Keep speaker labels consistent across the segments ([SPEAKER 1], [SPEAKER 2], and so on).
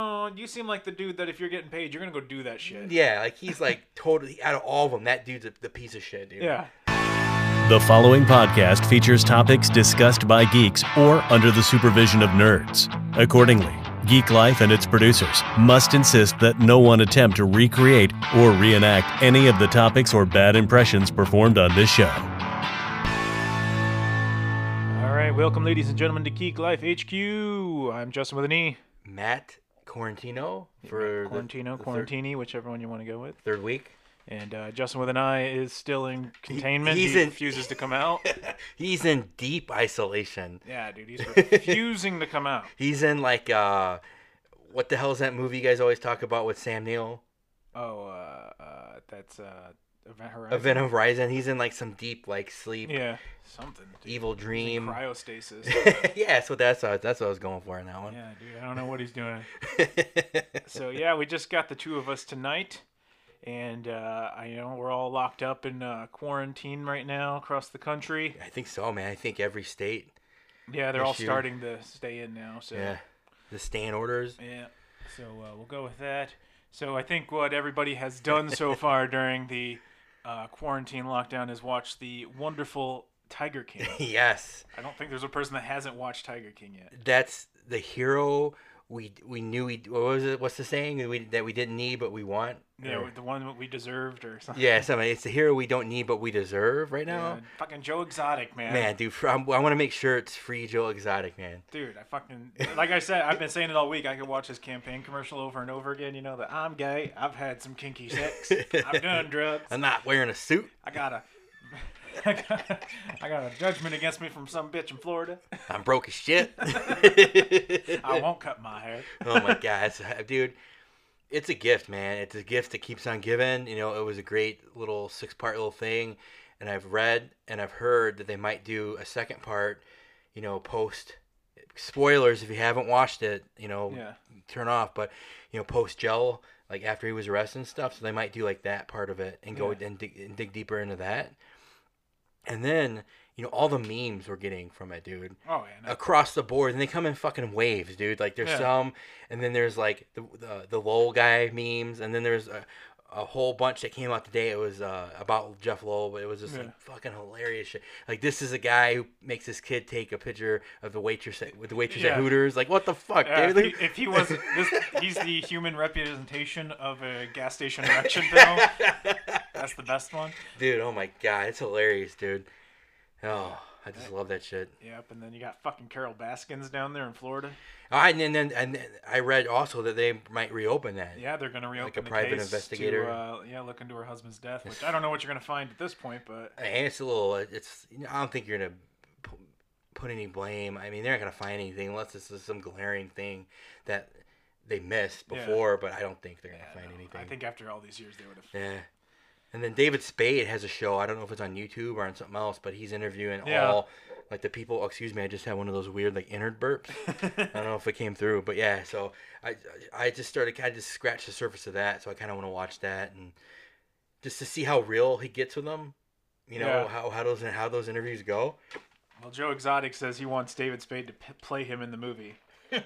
[SPEAKER 1] Oh, you seem like the dude that if you're getting paid, you're gonna go do that shit.
[SPEAKER 2] Yeah, like he's like totally out of all of them. That dude's a, the piece of shit, dude.
[SPEAKER 1] Yeah.
[SPEAKER 3] The following podcast features topics discussed by geeks or under the supervision of nerds. Accordingly, Geek Life and its producers must insist that no one attempt to recreate or reenact any of the topics or bad impressions performed on this show.
[SPEAKER 1] All right, welcome, ladies and gentlemen, to Geek Life HQ. I'm Justin with an E.
[SPEAKER 2] Matt Quarantino for
[SPEAKER 1] Quarantino,
[SPEAKER 2] the, The
[SPEAKER 1] Quarantini, whichever one you want to go with.
[SPEAKER 2] third, third week.
[SPEAKER 1] And uh, Justin with an I is still in containment.
[SPEAKER 2] he's
[SPEAKER 1] he
[SPEAKER 2] in-
[SPEAKER 1] refuses to come out.
[SPEAKER 2] He's in deep isolation.
[SPEAKER 1] yeah, dude, he's refusing to come out.
[SPEAKER 2] He's in like uh, what the hell is that movie you guys always talk about with Sam Neill?
[SPEAKER 1] Oh, uh, uh, that's uh, Event Horizon.
[SPEAKER 2] Event Horizon. He's in like some deep like sleep,
[SPEAKER 1] Yeah, something. Dude.
[SPEAKER 2] evil dream.
[SPEAKER 1] Cryostasis.
[SPEAKER 2] yeah, so that's what, that's what I was going for in that one.
[SPEAKER 1] yeah, dude, I don't know what he's doing. so yeah, we just got the two of us tonight, and uh, I know we're all locked up in uh, quarantine right now across the country.
[SPEAKER 2] I think so, man. I think every state.
[SPEAKER 1] Yeah, they're all
[SPEAKER 2] Issue.
[SPEAKER 1] starting to stay in now. So
[SPEAKER 2] Yeah. The stand orders.
[SPEAKER 1] yeah. So uh, we'll go with that. So I think what everybody has done so far during the uh, quarantine lockdown is watch the wonderful Tiger King.
[SPEAKER 2] Yes.
[SPEAKER 1] I don't think there's a person that hasn't watched Tiger King yet.
[SPEAKER 2] that's the hero we we knew we what was it what's the saying that we, that we didn't need but we want
[SPEAKER 1] Yeah,
[SPEAKER 2] Or-
[SPEAKER 1] the one that we deserved or something.
[SPEAKER 2] yeah something it's the hero we don't need but we deserve right now
[SPEAKER 1] Yeah, Fucking Joe Exotic, man.
[SPEAKER 2] man dude for, I'm, i want to make sure it's free joe exotic man
[SPEAKER 1] Dude, I fucking like I said, I've been saying it all week. I could watch his campaign commercial over and over again. You know that I'm gay. I've had some kinky sex. I've done drugs.
[SPEAKER 2] i'm not wearing a suit
[SPEAKER 1] I got a, I got a, I got a judgment against me from some bitch in Florida.
[SPEAKER 2] i'm broke as shit
[SPEAKER 1] I won't cut my hair.
[SPEAKER 2] oh my god it's- dude it's a gift man it's a gift that keeps on giving you know it was a great little six part little thing and i've read and i've heard that they might do a second part you know post spoilers if you haven't watched it you know
[SPEAKER 1] Yeah.
[SPEAKER 2] turn off but you know post gel like after he was arrested and stuff so they might do like that part of it and go
[SPEAKER 1] Yeah.
[SPEAKER 2] and, dig, and dig deeper into that and then you know all the memes we're getting from it dude
[SPEAKER 1] Oh yeah, no.
[SPEAKER 2] across the board, and they come in fucking waves, dude. Like there's
[SPEAKER 1] Yeah.
[SPEAKER 2] some, and then there's like the the, the Lowell guy memes, and then there's a, a whole bunch that came out today. It was uh, about Jeff Lowell, but it was just
[SPEAKER 1] Yeah.
[SPEAKER 2] like fucking hilarious shit. Like this is a guy who makes his kid take a picture of the waitress at, with the waitress
[SPEAKER 1] Yeah.
[SPEAKER 2] at Hooters. Like what the fuck,
[SPEAKER 1] Yeah, if,
[SPEAKER 2] dude?
[SPEAKER 1] he, if he wasn't, this, he's the human representation of a gas station erection pill. That's the best one.
[SPEAKER 2] dude, oh my god, it's hilarious, dude. Oh, I just love that shit.
[SPEAKER 1] Yep, and then you got fucking Carol Baskins down there in Florida.
[SPEAKER 2] I, and then and then I read also that they might reopen that.
[SPEAKER 1] Yeah, they're going to reopen the
[SPEAKER 2] a private
[SPEAKER 1] case
[SPEAKER 2] investigator.
[SPEAKER 1] To, uh, yeah, look into her husband's death, which I don't know what you're going to find at this point, but
[SPEAKER 2] I mean, it's a little. It's. You know, I don't think you're gonna pu- put any blame. I mean, they're not gonna find anything unless it's just some glaring thing that they missed
[SPEAKER 1] Yeah.
[SPEAKER 2] before. But I don't think they're gonna
[SPEAKER 1] I,
[SPEAKER 2] find
[SPEAKER 1] don't know.
[SPEAKER 2] anything.
[SPEAKER 1] I think after all these years they would have.
[SPEAKER 2] Yeah. And then David Spade has a show. I don't know if it's on YouTube or on something else, but he's interviewing
[SPEAKER 1] Yeah.
[SPEAKER 2] all like the people. oh, excuse me, I just had one of those weird like innard burps. I don't know if it came through, but yeah. So I I just started kind of just scratched the surface of that. So I kind of want to watch that and just to see how real he gets with them. You know
[SPEAKER 1] Yeah.
[SPEAKER 2] how how those how those interviews go.
[SPEAKER 1] Well, Joe Exotic says he wants David Spade to p- play him in the movie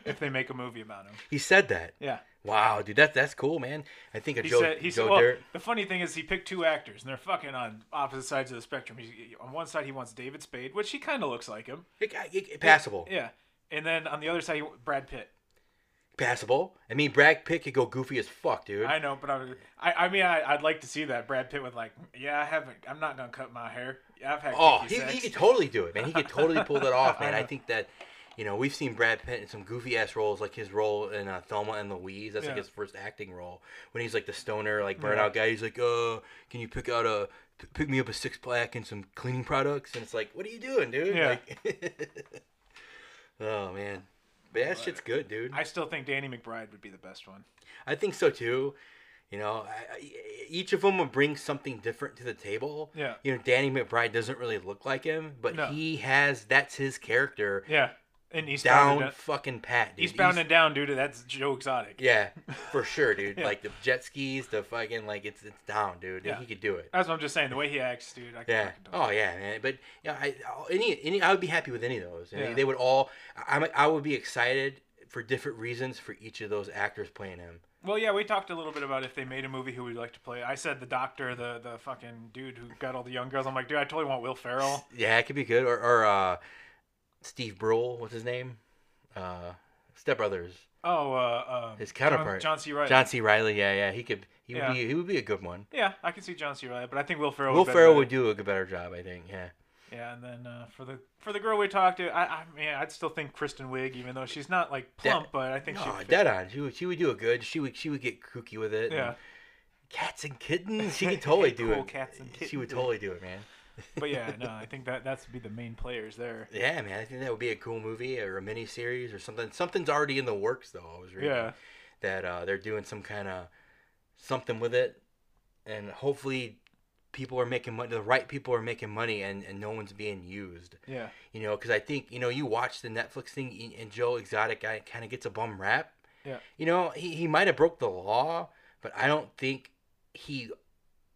[SPEAKER 1] if they make a movie about him.
[SPEAKER 2] He said that.
[SPEAKER 1] Yeah.
[SPEAKER 2] Wow, dude, that's that's cool, man. I think a
[SPEAKER 1] He
[SPEAKER 2] Joe
[SPEAKER 1] said he
[SPEAKER 2] Joe
[SPEAKER 1] said well,
[SPEAKER 2] Dirt.
[SPEAKER 1] the funny thing is he picked two actors and they're fucking on opposite sides of the spectrum. He's, on one side he wants David Spade, which he kind of looks like him.
[SPEAKER 2] It, it- it- passable,
[SPEAKER 1] Yeah. And then on the other side, he, Brad Pitt.
[SPEAKER 2] passable. I mean, Brad Pitt could go goofy as fuck, dude.
[SPEAKER 1] I know, but I, was- I, I mean, I, I'd like to see that Brad Pitt with like, yeah, I haven't, I'm not gonna cut my hair. Yeah, I've had
[SPEAKER 2] Oh,
[SPEAKER 1] kinky
[SPEAKER 2] he,
[SPEAKER 1] sex.
[SPEAKER 2] he could totally do it, man. He could totally pull that off, man. I, think that, you know, we've seen Brad Pitt in some goofy ass roles, like his role in uh, Thelma and Louise. That's like
[SPEAKER 1] Yeah.
[SPEAKER 2] his first acting role when he's like the stoner, like burnout guy. He's like, uh, can you pick out a, p- pick me up a six pack and some cleaning products? And it's like, what are you doing, dude?
[SPEAKER 1] Yeah.
[SPEAKER 2] Like- oh man, but that shit's good, dude.
[SPEAKER 1] I still think Danny McBride would be the best one.
[SPEAKER 2] I think so too. You know, I, I, each of them will bring something different to the table.
[SPEAKER 1] Yeah.
[SPEAKER 2] You know, Danny McBride doesn't really look like him, but
[SPEAKER 1] No.
[SPEAKER 2] he has that's his character
[SPEAKER 1] Yeah, and he's
[SPEAKER 2] down
[SPEAKER 1] bound. and,
[SPEAKER 2] fucking pat, dude.
[SPEAKER 1] he's bound and down, dude. That's Joe Exotic.
[SPEAKER 2] yeah, for sure, dude. Like the jet skis, the fucking like it's it's down, dude.
[SPEAKER 1] Yeah.
[SPEAKER 2] He could do it.
[SPEAKER 1] That's what I'm just saying. The way he acts, dude. I can
[SPEAKER 2] Yeah.
[SPEAKER 1] fucking do it.
[SPEAKER 2] Oh yeah, man. But yeah, I I- any any I would be happy with any of those. I mean,
[SPEAKER 1] Yeah.
[SPEAKER 2] They would all. I I'm- I would be excited for different reasons for each of those actors playing him.
[SPEAKER 1] Well, yeah, we talked a little bit about if they made a movie, who would like to play. I said the doctor, the the fucking dude who got all the young girls. I'm like, dude, I totally want Will Ferrell.
[SPEAKER 2] Yeah, it could be good. Or, or uh, Steve Brule, what's his name? Uh, Step Brothers,
[SPEAKER 1] Oh, uh, um,
[SPEAKER 2] his counterpart,
[SPEAKER 1] John, John C. Riley.
[SPEAKER 2] John C. Riley. Yeah, yeah, he could. He would
[SPEAKER 1] Yeah.
[SPEAKER 2] be. He would be a good one.
[SPEAKER 1] Yeah, I can see John C. Riley, but I think Will Ferrell.
[SPEAKER 2] Will
[SPEAKER 1] would better
[SPEAKER 2] Ferrell
[SPEAKER 1] than-
[SPEAKER 2] would do a good- better job, I think. Yeah.
[SPEAKER 1] Yeah, and then uh, for the for the girl we talked to, I, I mean, I'd still think Kristen Wiig, even though she's not like plump, but I think she.
[SPEAKER 2] Oh, dead on. She would. She would do a good. She would. She would get kooky with it. and
[SPEAKER 1] Yeah,
[SPEAKER 2] Cats and kittens. She could totally do
[SPEAKER 1] Cool
[SPEAKER 2] it.
[SPEAKER 1] cats and
[SPEAKER 2] She would
[SPEAKER 1] kittens.
[SPEAKER 2] totally do it, man.
[SPEAKER 1] but yeah, no, I think that that's be the main players there.
[SPEAKER 2] Yeah, man. I think that would be a cool movie or a mini series or something. Something's already in the works though. I was reading
[SPEAKER 1] Yeah,
[SPEAKER 2] that uh, they're doing some kind of something with it, and hopefully, people are making money. The right people are making money, and and no one's being used.
[SPEAKER 1] yeah,
[SPEAKER 2] You know, because I think you know you watch the Netflix thing, and- and Joe Exotic guy kind of gets a bum rap.
[SPEAKER 1] Yeah.
[SPEAKER 2] You know, he he might have broke the law, but I don't think he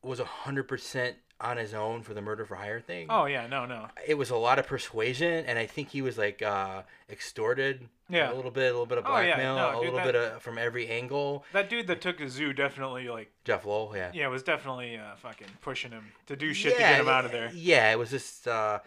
[SPEAKER 2] was hundred percent on his own for the murder for hire thing.
[SPEAKER 1] Oh yeah, no, no,
[SPEAKER 2] It was a lot of persuasion, and I think he was like uh, extorted.
[SPEAKER 1] Yeah.
[SPEAKER 2] A little bit, a little bit of
[SPEAKER 1] Oh, yeah,
[SPEAKER 2] blackmail,
[SPEAKER 1] no,
[SPEAKER 2] a
[SPEAKER 1] dude,
[SPEAKER 2] little
[SPEAKER 1] that-
[SPEAKER 2] bit of from every angle.
[SPEAKER 1] that dude that took a zoo definitely like
[SPEAKER 2] Jeff Lowell, yeah.
[SPEAKER 1] yeah was definitely uh, fucking pushing him to do shit to get him out of there.
[SPEAKER 2] Yeah, it was just uh,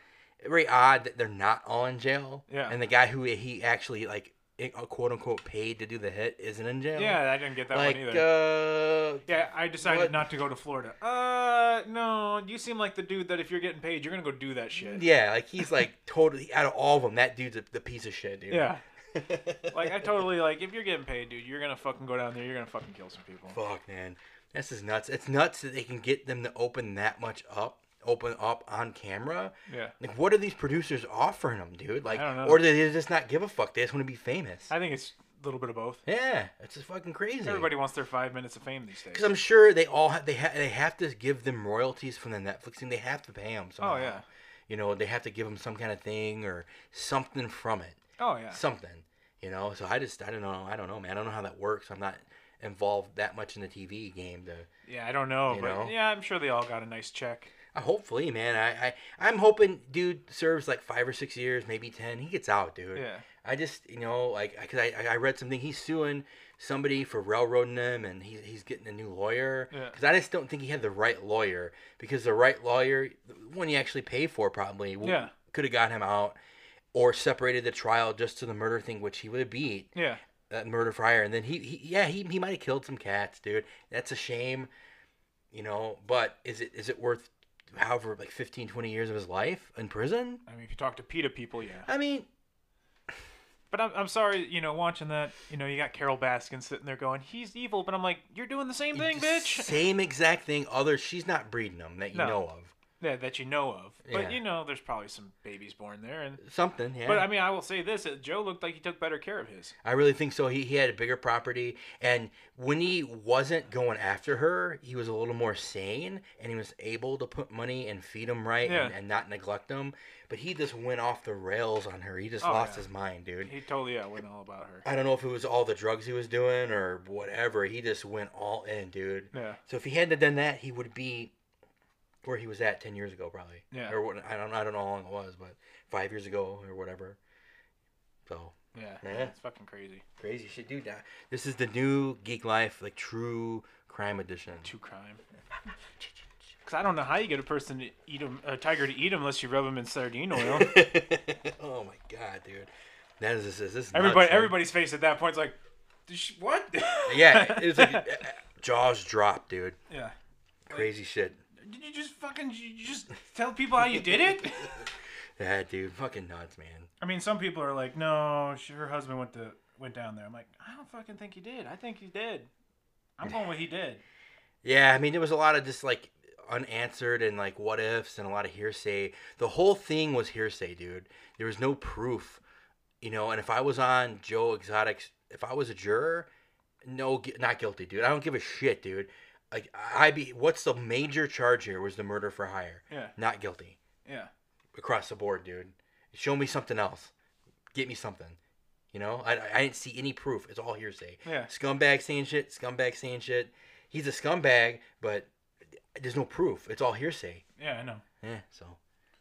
[SPEAKER 2] very odd that they're not all in jail.
[SPEAKER 1] Yeah.
[SPEAKER 2] And the guy who he actually like eh, quote unquote paid to do the hit isn't in jail.
[SPEAKER 1] Yeah, I didn't get that
[SPEAKER 2] Like
[SPEAKER 1] one either.
[SPEAKER 2] uh,
[SPEAKER 1] yeah, I decided
[SPEAKER 2] what-
[SPEAKER 1] not to go to Florida. Uh, no, you seem like the dude that if you're getting paid, you're gonna go do that shit.
[SPEAKER 2] yeah, like he's like totally out of all of them. That dude's a, the piece of shit, dude.
[SPEAKER 1] Yeah. like I totally like if you're getting paid, dude, you're gonna fucking go down there. You're gonna fucking kill some people.
[SPEAKER 2] Fuck, man. This is nuts. It's nuts that they can get them to open that much up, open up on camera.
[SPEAKER 1] Yeah.
[SPEAKER 2] Like, what are these producers offering them, dude? Like,
[SPEAKER 1] don't know.
[SPEAKER 2] or do they just not give a fuck? They just want to be famous.
[SPEAKER 1] I think it's a little bit of both.
[SPEAKER 2] yeah, it's just fucking crazy.
[SPEAKER 1] Everybody wants their five minutes of fame these days.
[SPEAKER 2] Because I'm sure they all have, they ha- they have to give them royalties from the Netflix thing. They have to pay them. Somehow.
[SPEAKER 1] Oh yeah.
[SPEAKER 2] You know they have to give them some kind of thing or something from it.
[SPEAKER 1] Oh yeah.
[SPEAKER 2] Something. You know. So I just I don't know I don't know man I don't know how that works. I'm not involved that much in the TV game. To
[SPEAKER 1] Yeah, I don't know,
[SPEAKER 2] You
[SPEAKER 1] but
[SPEAKER 2] know?
[SPEAKER 1] yeah, I'm sure they all got a nice check.
[SPEAKER 2] I Uh, hopefully man I, I I'm hoping dude serves like five or six years maybe ten. He gets out dude.
[SPEAKER 1] Yeah.
[SPEAKER 2] I just you know like because I, I I read something he's suing somebody for railroading him and he's he's getting a new lawyer
[SPEAKER 1] Yeah.
[SPEAKER 2] because I just don't think he had the right lawyer because the right lawyer the one he actually paid for probably w-
[SPEAKER 1] Yeah.
[SPEAKER 2] could have got him out or separated the trial just to the murder thing which he would have beat
[SPEAKER 1] Yeah.
[SPEAKER 2] that murder for hire and then he, he yeah he, he might have killed some cats dude that's a shame you know but is it is it worth however like 15 20 years of his life in prison
[SPEAKER 1] I mean, if you talk to PETA people, yeah.
[SPEAKER 2] I mean
[SPEAKER 1] But I'm, I'm sorry, you know, watching that, you know, you got Carol Baskin sitting there going, he's evil, but I'm like, you're doing the same thing,
[SPEAKER 2] The
[SPEAKER 1] bitch.
[SPEAKER 2] Same exact thing. Other, she's not breeding them that you
[SPEAKER 1] No.
[SPEAKER 2] know of.
[SPEAKER 1] Yeah, that you know of. But,
[SPEAKER 2] Yeah.
[SPEAKER 1] you know, there's probably some babies born there. and
[SPEAKER 2] Something, yeah.
[SPEAKER 1] But, I mean, I will say this uh, Joe looked like he took better care of his.
[SPEAKER 2] I really think so. He, he had a bigger property, and when he wasn't going after her, he was a little more sane, and he was able to put money and feed him right, and,
[SPEAKER 1] Yeah.
[SPEAKER 2] and not neglect him. But he just went off the rails on her. He just
[SPEAKER 1] Oh,
[SPEAKER 2] lost
[SPEAKER 1] yeah.
[SPEAKER 2] his mind, dude.
[SPEAKER 1] He totally, yeah, went all about her.
[SPEAKER 2] I don't know if it was all the drugs he was doing or whatever. He just went all in, dude.
[SPEAKER 1] Yeah.
[SPEAKER 2] So if he hadn't have done that, he would be where he was at ten years ago, probably.
[SPEAKER 1] Yeah.
[SPEAKER 2] Or what, I don't I don't know how long it was, but five years ago or whatever. So
[SPEAKER 1] Yeah.
[SPEAKER 2] Yeah.
[SPEAKER 1] It's fucking crazy.
[SPEAKER 2] crazy shit, dude. That- This is the new Geek Life, like true crime edition.
[SPEAKER 1] True crime. Because I don't know how you get a person to eat 'em- a tiger to eat him unless you rub him in sardine oil.
[SPEAKER 2] oh my god, dude. That is this is this is
[SPEAKER 1] Everybody,
[SPEAKER 2] nuts, man.
[SPEAKER 1] everybody's face at that point's like, "Did she- what?
[SPEAKER 2] Yeah, it's like uh, uh, jaws drop, dude.
[SPEAKER 1] yeah.
[SPEAKER 2] Crazy shit.
[SPEAKER 1] Did you just fucking did you just tell people how you did it?
[SPEAKER 2] Yeah, dude, fucking nuts, man.
[SPEAKER 1] I mean, some people are like, no, she, her husband went to went down there. I'm like, I don't fucking think he did. I think he did. I'm going with he did.
[SPEAKER 2] Yeah, I mean, there was a lot of just like unanswered and like what ifs and a lot of hearsay. The whole thing was hearsay, dude. There was no proof, you know. And if I was on Joe Exotic's, if I was a juror, no, gu- not guilty, dude. I don't give a shit, dude. Like, I be what's the major charge here was the murder for hire.
[SPEAKER 1] Yeah,
[SPEAKER 2] Not guilty
[SPEAKER 1] yeah,
[SPEAKER 2] across the board, dude. Show me something else. Get me something. You know, I, I didn't see any proof. It's all hearsay.
[SPEAKER 1] Yeah.
[SPEAKER 2] Scumbag saying shit. Scumbag saying shit. He's a scumbag, but there's no proof. It's all hearsay.
[SPEAKER 1] yeah. I know.
[SPEAKER 2] Yeah. So,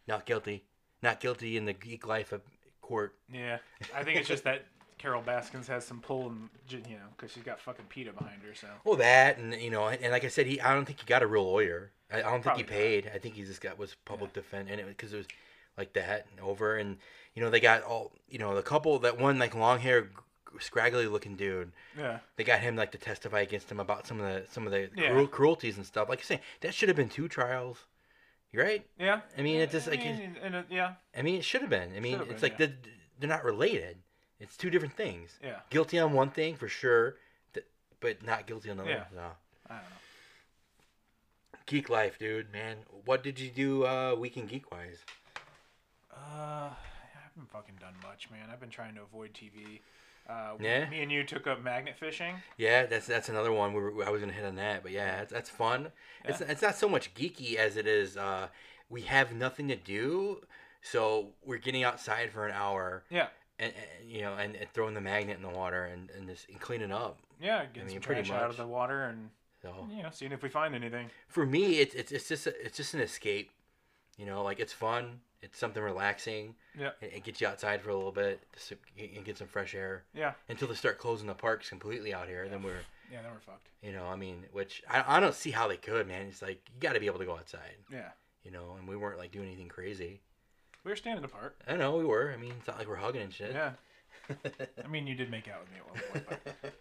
[SPEAKER 2] not guilty. Not guilty in the geek life of court.
[SPEAKER 1] Yeah, I think it's just that Carol Baskins has some pull, and you know, because she's got fucking PETA behind her. So
[SPEAKER 2] Well, that and you know, and, and like I said, he I don't think he got a real lawyer. I, I don't think
[SPEAKER 1] Probably
[SPEAKER 2] he
[SPEAKER 1] not.
[SPEAKER 2] paid. I think he just got was public defense, and it because it was like that and over, and you know they got all you know the couple that one like long hair, scraggly looking dude.
[SPEAKER 1] yeah,
[SPEAKER 2] They got him like to testify against him about some of the some of the
[SPEAKER 1] Yeah.
[SPEAKER 2] cruel, cruelties and stuff. Like I say, that should have been two trials, right?
[SPEAKER 1] yeah.
[SPEAKER 2] I mean, it just like
[SPEAKER 1] I mean, and, it- yeah,
[SPEAKER 2] I mean, it should have been. I mean,
[SPEAKER 1] Should've
[SPEAKER 2] it's
[SPEAKER 1] been,
[SPEAKER 2] like
[SPEAKER 1] yeah.
[SPEAKER 2] the, they're not related. It's two different things.
[SPEAKER 1] yeah.
[SPEAKER 2] Guilty on one thing for sure, th- but not guilty on the other.
[SPEAKER 1] Yeah.
[SPEAKER 2] No.
[SPEAKER 1] I don't know.
[SPEAKER 2] Geek life, dude, man. What did you do uh weekend geek wise?
[SPEAKER 1] Uh, I haven't fucking done much, man. I've been trying to avoid TV. Uh,
[SPEAKER 2] Yeah?
[SPEAKER 1] Me and you took up magnet fishing.
[SPEAKER 2] Yeah, that's that's another one we were, I was gonna hit on that, but yeah, that's, that's fun. It's it's not so much geeky as it is uh we have nothing to do, so we're getting outside for an hour
[SPEAKER 1] Yeah,
[SPEAKER 2] and, and you know and, and throwing the magnet in the water and and just and cleaning up.
[SPEAKER 1] yeah. Getting
[SPEAKER 2] mean,
[SPEAKER 1] some
[SPEAKER 2] pretty
[SPEAKER 1] trash out
[SPEAKER 2] much. Oh.
[SPEAKER 1] of the water and
[SPEAKER 2] So
[SPEAKER 1] you know seeing if we find anything.
[SPEAKER 2] for me, it's it's it's just a, it's just an escape. You know, like it's fun. It's something relaxing.
[SPEAKER 1] Yeah,
[SPEAKER 2] It, it gets you outside for a little bit just to, and get some fresh air.
[SPEAKER 1] yeah,
[SPEAKER 2] until they start closing the parks completely out here. Then we're,
[SPEAKER 1] yeah. Then we're fucked.
[SPEAKER 2] you know, I mean, which I, I don't see how they could, man. It's like you got to be able to go outside,
[SPEAKER 1] Yeah,
[SPEAKER 2] you know. And we weren't like doing anything crazy.
[SPEAKER 1] we were standing apart.
[SPEAKER 2] I know we were. I mean, it's not like we're hugging and shit.
[SPEAKER 1] Yeah. I mean, you did make out with me at one point. But...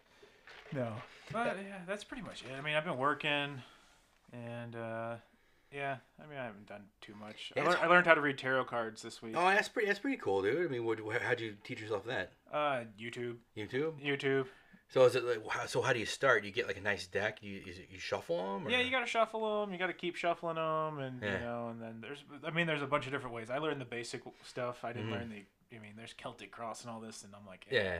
[SPEAKER 1] No. But yeah, that's pretty much it. I mean, I've been working, and uh, yeah, I mean, I haven't done too much. I,
[SPEAKER 2] Yeah, it's
[SPEAKER 1] lear- I learned how to read tarot cards this week.
[SPEAKER 2] Oh, that's pretty. That's pretty cool, dude. I mean, what, wh- how'd you teach yourself that?
[SPEAKER 1] Uh, YouTube,
[SPEAKER 2] YouTube.
[SPEAKER 1] YouTube.
[SPEAKER 2] So is it like? wh- So how do you start? You get like a nice deck. You is it, you shuffle them? Or?
[SPEAKER 1] Yeah, you gotta shuffle them. You gotta keep shuffling them, and
[SPEAKER 2] Yeah.
[SPEAKER 1] you know, and then there's, I mean, there's a bunch of different ways. I learned the basic stuff. I didn't learn the, I mean, there's Celtic cross and all this, and I'm like, eh,
[SPEAKER 2] Mm-hmm. Yeah.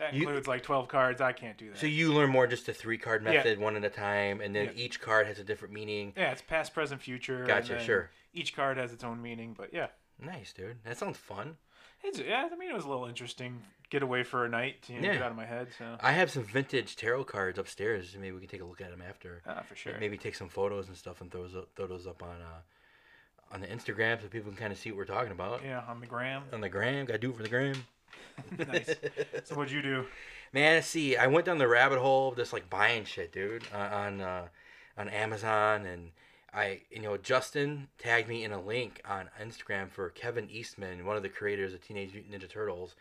[SPEAKER 1] that
[SPEAKER 2] You-
[SPEAKER 1] includes like 12 cards. I can't do that.
[SPEAKER 2] So you learn more just the three card
[SPEAKER 1] Yeah.
[SPEAKER 2] method, one at a time, and then
[SPEAKER 1] Yeah.
[SPEAKER 2] each card has a different meaning.
[SPEAKER 1] yeah, it's past, present, future. and
[SPEAKER 2] Gotcha,
[SPEAKER 1] then
[SPEAKER 2] sure.
[SPEAKER 1] Each card has its own meaning, but yeah,
[SPEAKER 2] Nice, dude. That sounds fun.
[SPEAKER 1] it's yeah. I mean, it was a little interesting getaway for a night. You know,
[SPEAKER 2] Yeah.
[SPEAKER 1] get out of my head. So
[SPEAKER 2] I have some vintage tarot cards upstairs. Maybe we can take a look at them after.
[SPEAKER 1] ah, for sure.
[SPEAKER 2] maybe take some photos and stuff and throw those, throw those up on uh, on the Instagram so people can kind of see what we're talking about.
[SPEAKER 1] Yeah, on the gram.
[SPEAKER 2] On the gram, gotta do it for the gram.
[SPEAKER 1] nice. So what'd you do?
[SPEAKER 2] Man, let's see, I went down the rabbit hole of just like buying shit, dude, uh, on uh, on Amazon, and I, you know, Justin tagged me in a link on Instagram for Kevin Eastman, one of the creators of Teenage Mutant Ninja Turtles,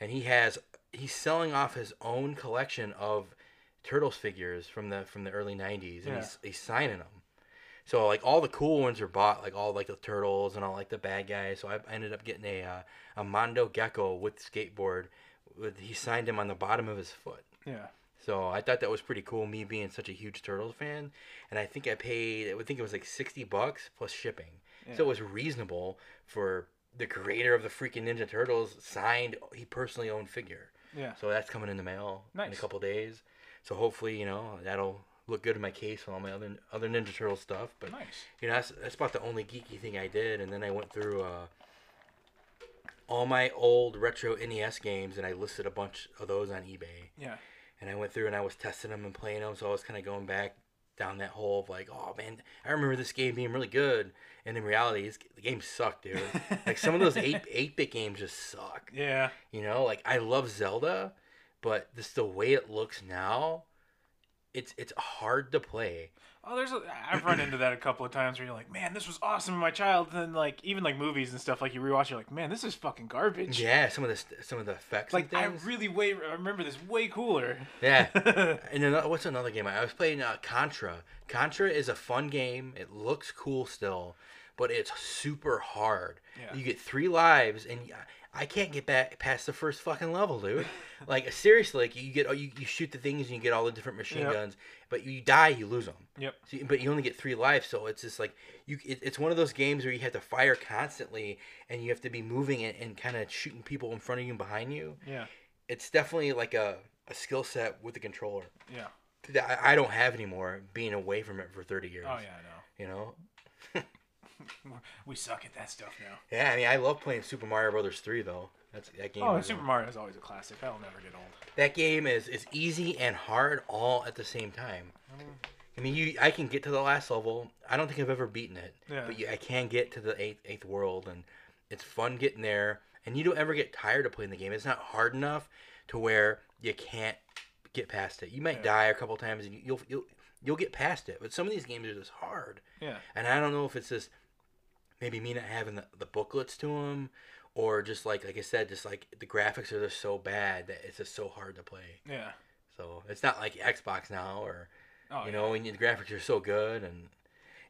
[SPEAKER 2] and he has he's selling off his own collection of Turtles figures from the from the early '90s, and
[SPEAKER 1] Yeah.
[SPEAKER 2] he's, he's signing them. So like all the cool ones are bought, like all like the turtles and all like the bad guys. So I ended up getting a uh, a Mondo Gecko with skateboard. With he signed him on the bottom of his foot.
[SPEAKER 1] Yeah.
[SPEAKER 2] So I thought that was pretty cool. Me being such a huge turtles fan, and I think I paid. I would think it was like sixty bucks plus shipping. So it was reasonable for the creator of the freaking Ninja Turtles signed. He personally owned figure.
[SPEAKER 1] Yeah.
[SPEAKER 2] So that's coming in the mail in a
[SPEAKER 1] Nice.
[SPEAKER 2] couple days. So hopefully, you know, that'll look good in my case and all my other other Ninja Turtle stuff. But
[SPEAKER 1] Nice.
[SPEAKER 2] you know, that's, that's about the only geeky thing I did. And then I went through uh, all my old retro NES games and I listed a bunch of those on eBay.
[SPEAKER 1] Yeah.
[SPEAKER 2] And I went through and I was testing them and playing them. So I was kind of going back down that hole of like, oh man, I remember this game being really good. And in reality, it's, the game sucked, dude. like some of those 8 8-bit games just suck.
[SPEAKER 1] Yeah.
[SPEAKER 2] You know, like I love Zelda, but just the way it looks now, it's it's hard to play.
[SPEAKER 1] Oh, there's a, I've run into that a couple of times where you're like, man, this was awesome in my child. And then like even like movies and stuff, like you rewatch, you're like, man, this is fucking garbage.
[SPEAKER 2] Yeah, some of the st- some of the effects.
[SPEAKER 1] Like
[SPEAKER 2] and
[SPEAKER 1] I
[SPEAKER 2] things.
[SPEAKER 1] really way I remember this way cooler.
[SPEAKER 2] yeah. and then uh, what's another game? I was playing uh, Contra. Contra is a fun game. It looks cool still, but it's super hard.
[SPEAKER 1] Yeah.
[SPEAKER 2] You get three lives, and I I can't get back past the first fucking level, dude. like seriously, like you get uh, you, you shoot the things and you get all the different machine
[SPEAKER 1] Yep.
[SPEAKER 2] guns, but you die, you lose them.
[SPEAKER 1] Yep.
[SPEAKER 2] So, you- but you only get three lives, so it's just like you. It, it's one of those games where you have to fire constantly, and you have to be moving and, and kind of shooting people in front of you and behind you.
[SPEAKER 1] Yeah.
[SPEAKER 2] It's definitely like a, a skill set with the controller
[SPEAKER 1] Yeah.
[SPEAKER 2] that I I don't have anymore. Being away from it for thirty years.
[SPEAKER 1] Oh yeah, I
[SPEAKER 2] You know.
[SPEAKER 1] know. We're- We suck at that stuff now.
[SPEAKER 2] Yeah, I mean, I love playing Super Mario Brothers three though. That's that game.
[SPEAKER 1] Oh,
[SPEAKER 2] is-
[SPEAKER 1] Super Mario is always a classic. That'll never get old.
[SPEAKER 2] That game is is easy and hard all at the same time. I mean, you I can get to the last level. I don't think I've ever beaten it,
[SPEAKER 1] Yeah.
[SPEAKER 2] but you, I can get to the eighth eighth world, and it's fun getting there. and you don't ever get tired of playing the game. It's not hard enough to where you can't get past it. You might
[SPEAKER 1] Yeah.
[SPEAKER 2] die a couple times, and you'll you'll you'll get past it. But some of these games are just hard,
[SPEAKER 1] Yeah.
[SPEAKER 2] and I don't know if it's just maybe me not having the, the booklets to them, or just like like I said, just like the graphics are just so bad that it's just so hard to play.
[SPEAKER 1] Yeah.
[SPEAKER 2] So it's not like Xbox now, or
[SPEAKER 1] Oh,
[SPEAKER 2] you
[SPEAKER 1] yeah.
[SPEAKER 2] know, and the graphics are so good, and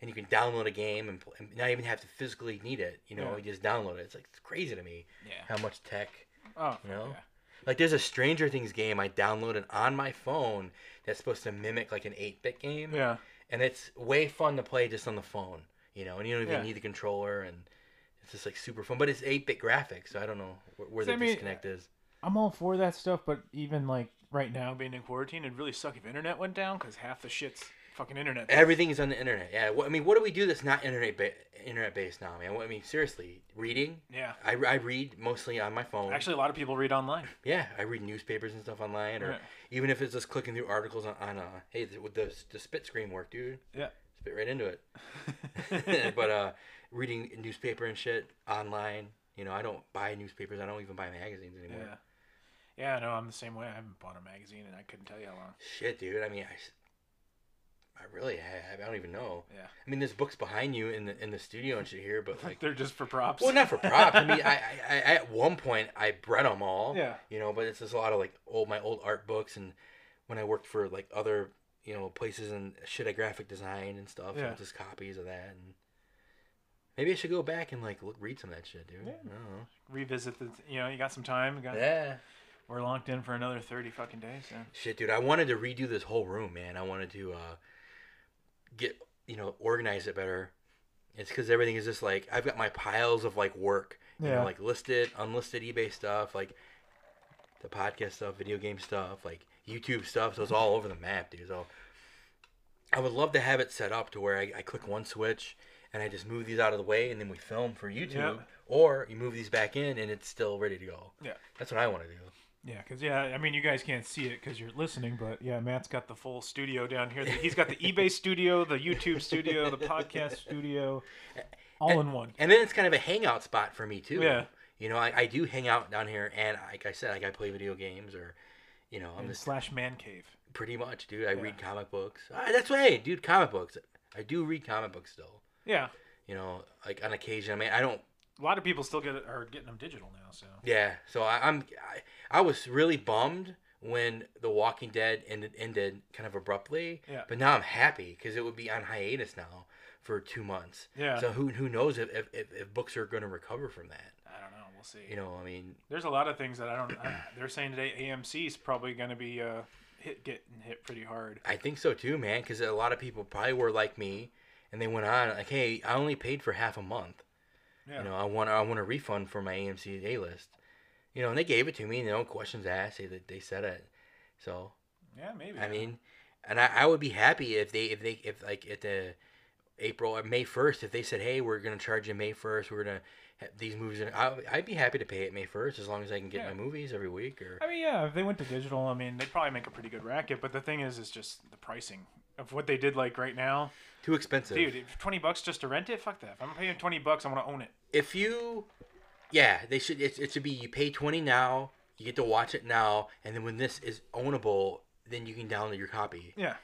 [SPEAKER 2] and you can download a game and, pl- and not even have to physically need it. You know,
[SPEAKER 1] Yeah.
[SPEAKER 2] you just download it. It's like it's crazy to me
[SPEAKER 1] Yeah.
[SPEAKER 2] how much tech.
[SPEAKER 1] Oh, fuck
[SPEAKER 2] You know?
[SPEAKER 1] yeah.
[SPEAKER 2] Like there's a Stranger Things game I downloaded on my phone that's supposed to mimic like an 8-bit game,
[SPEAKER 1] Yeah.
[SPEAKER 2] and it's way fun to play just on the phone. You know, and you don't even
[SPEAKER 1] Yeah.
[SPEAKER 2] need the controller, and it's just like super fun. But it's 8-bit graphics, so I don't know where, where
[SPEAKER 1] So,
[SPEAKER 2] the
[SPEAKER 1] I mean,
[SPEAKER 2] disconnect is.
[SPEAKER 1] I'm all for that stuff, but even like right now being in quarantine, it'd really suck if internet went down because half the shit's fucking internet.
[SPEAKER 2] Everything is on the internet. Yeah. What, I mean, what do we do that's not internet ba- internet based now, man? What, I mean, seriously, reading.
[SPEAKER 1] Yeah.
[SPEAKER 2] I, I read mostly on my phone.
[SPEAKER 1] Actually, a lot of people read online.
[SPEAKER 2] yeah, I read newspapers and stuff online, or
[SPEAKER 1] Right.
[SPEAKER 2] even if it's just clicking through articles on, on uh, hey, the, with the, the spit screen work, dude,
[SPEAKER 1] Yeah.
[SPEAKER 2] spit right into it. but uh, reading newspaper and shit online, you know, I don't buy newspapers. I don't even buy magazines anymore.
[SPEAKER 1] Yeah. Yeah, no, I'm the same way. I haven't bought a magazine and I couldn't tell you how long.
[SPEAKER 2] Shit, dude. I mean, I, s- I really, I, I don't even know.
[SPEAKER 1] Yeah.
[SPEAKER 2] I mean, there's books behind you in the in the studio and shit here, but like.
[SPEAKER 1] They're just for props.
[SPEAKER 2] Well, not for props. I mean, I, I, I at one point I bred them all.
[SPEAKER 1] Yeah.
[SPEAKER 2] You know, but it's just a lot of like old my old art books and when I worked for like other you know places and shit at graphic design and stuff.
[SPEAKER 1] Yeah.
[SPEAKER 2] And just copies of that and maybe I should go back and like look read some of that shit, dude. I don't know.
[SPEAKER 1] Revisit the, you know, you got some time. You got,
[SPEAKER 2] Yeah.
[SPEAKER 1] We're locked in for another 30 fucking days. So.
[SPEAKER 2] Shit, dude. I wanted to redo this whole room, man. I wanted to uh, get you know organize it better. It's because everything is just like I've got my piles of like work, you
[SPEAKER 1] Yeah.
[SPEAKER 2] know, like listed, unlisted eBay stuff, like the podcast stuff, video game stuff, like YouTube stuff. So it's all over the map, dude. So I would love to have it set up to where I, I click one switch and I just move these out of the way, and then we film for YouTube,
[SPEAKER 1] Yeah.
[SPEAKER 2] or you move these back in and it's still ready to go.
[SPEAKER 1] Yeah.
[SPEAKER 2] That's what I want to do.
[SPEAKER 1] Yeah, because, yeah, I mean, you guys can't see it because you're listening, but yeah, Matt's got the full studio down here. He's got the eBay studio, the YouTube studio, the podcast studio, all in one.
[SPEAKER 2] And then it's kind of a hangout spot for me too.
[SPEAKER 1] Yeah.
[SPEAKER 2] You know, I, I do hang out down here, and like I said, like I play video games, or you know, I'm
[SPEAKER 1] And
[SPEAKER 2] just
[SPEAKER 1] slash man cave.
[SPEAKER 2] pretty much, dude. I read comic books. Ah, that's why, hey, dude, comic books. I do read comic books still.
[SPEAKER 1] Yeah.
[SPEAKER 2] You know, like on occasion. I mean, I don't.
[SPEAKER 1] A lot of people still get it, are getting them digital now, so.
[SPEAKER 2] Yeah. So I, I'm. I, I was really bummed when The Walking Dead ended ended kind of abruptly.
[SPEAKER 1] Yeah.
[SPEAKER 2] But now I'm happy because it would be on hiatus now for two months.
[SPEAKER 1] Yeah.
[SPEAKER 2] So who who knows if if, if, if books are going to recover from that?
[SPEAKER 1] I don't know. We'll see.
[SPEAKER 2] You know, I mean,
[SPEAKER 1] There's a lot of things that I don't. I, they're saying today AMC is probably going to be uh, hit getting hit pretty hard.
[SPEAKER 2] I think so too, man. Because a lot of people probably were like me, and they went on like, "Hey, I only paid for half a month.
[SPEAKER 1] Yeah.
[SPEAKER 2] You know, I want I want a refund for my AMC A list. You know, and they gave it to me. and No questions asked. They they said it. So
[SPEAKER 1] yeah, maybe.
[SPEAKER 2] I mean, and I, I would be happy if they if they if like at the April or May first if they said, "Hey, we're gonna charge you May first. We're gonna ha- these movies." Are, I, I'd be happy to pay it May first as long as I can get
[SPEAKER 1] Yeah.
[SPEAKER 2] my movies every week or.
[SPEAKER 1] I mean, yeah. If they went to digital, I mean, they'd probably make a pretty good racket. But the thing is, is just the pricing of what they did. Like right now,
[SPEAKER 2] Too expensive.
[SPEAKER 1] dude, if twenty bucks just to rent it. Fuck that. If I'm paying twenty bucks, I want to own it.
[SPEAKER 2] if you yeah they should it, it should be you pay 20 now you get to watch it now and then when this is ownable then you can download your copy
[SPEAKER 1] Yeah.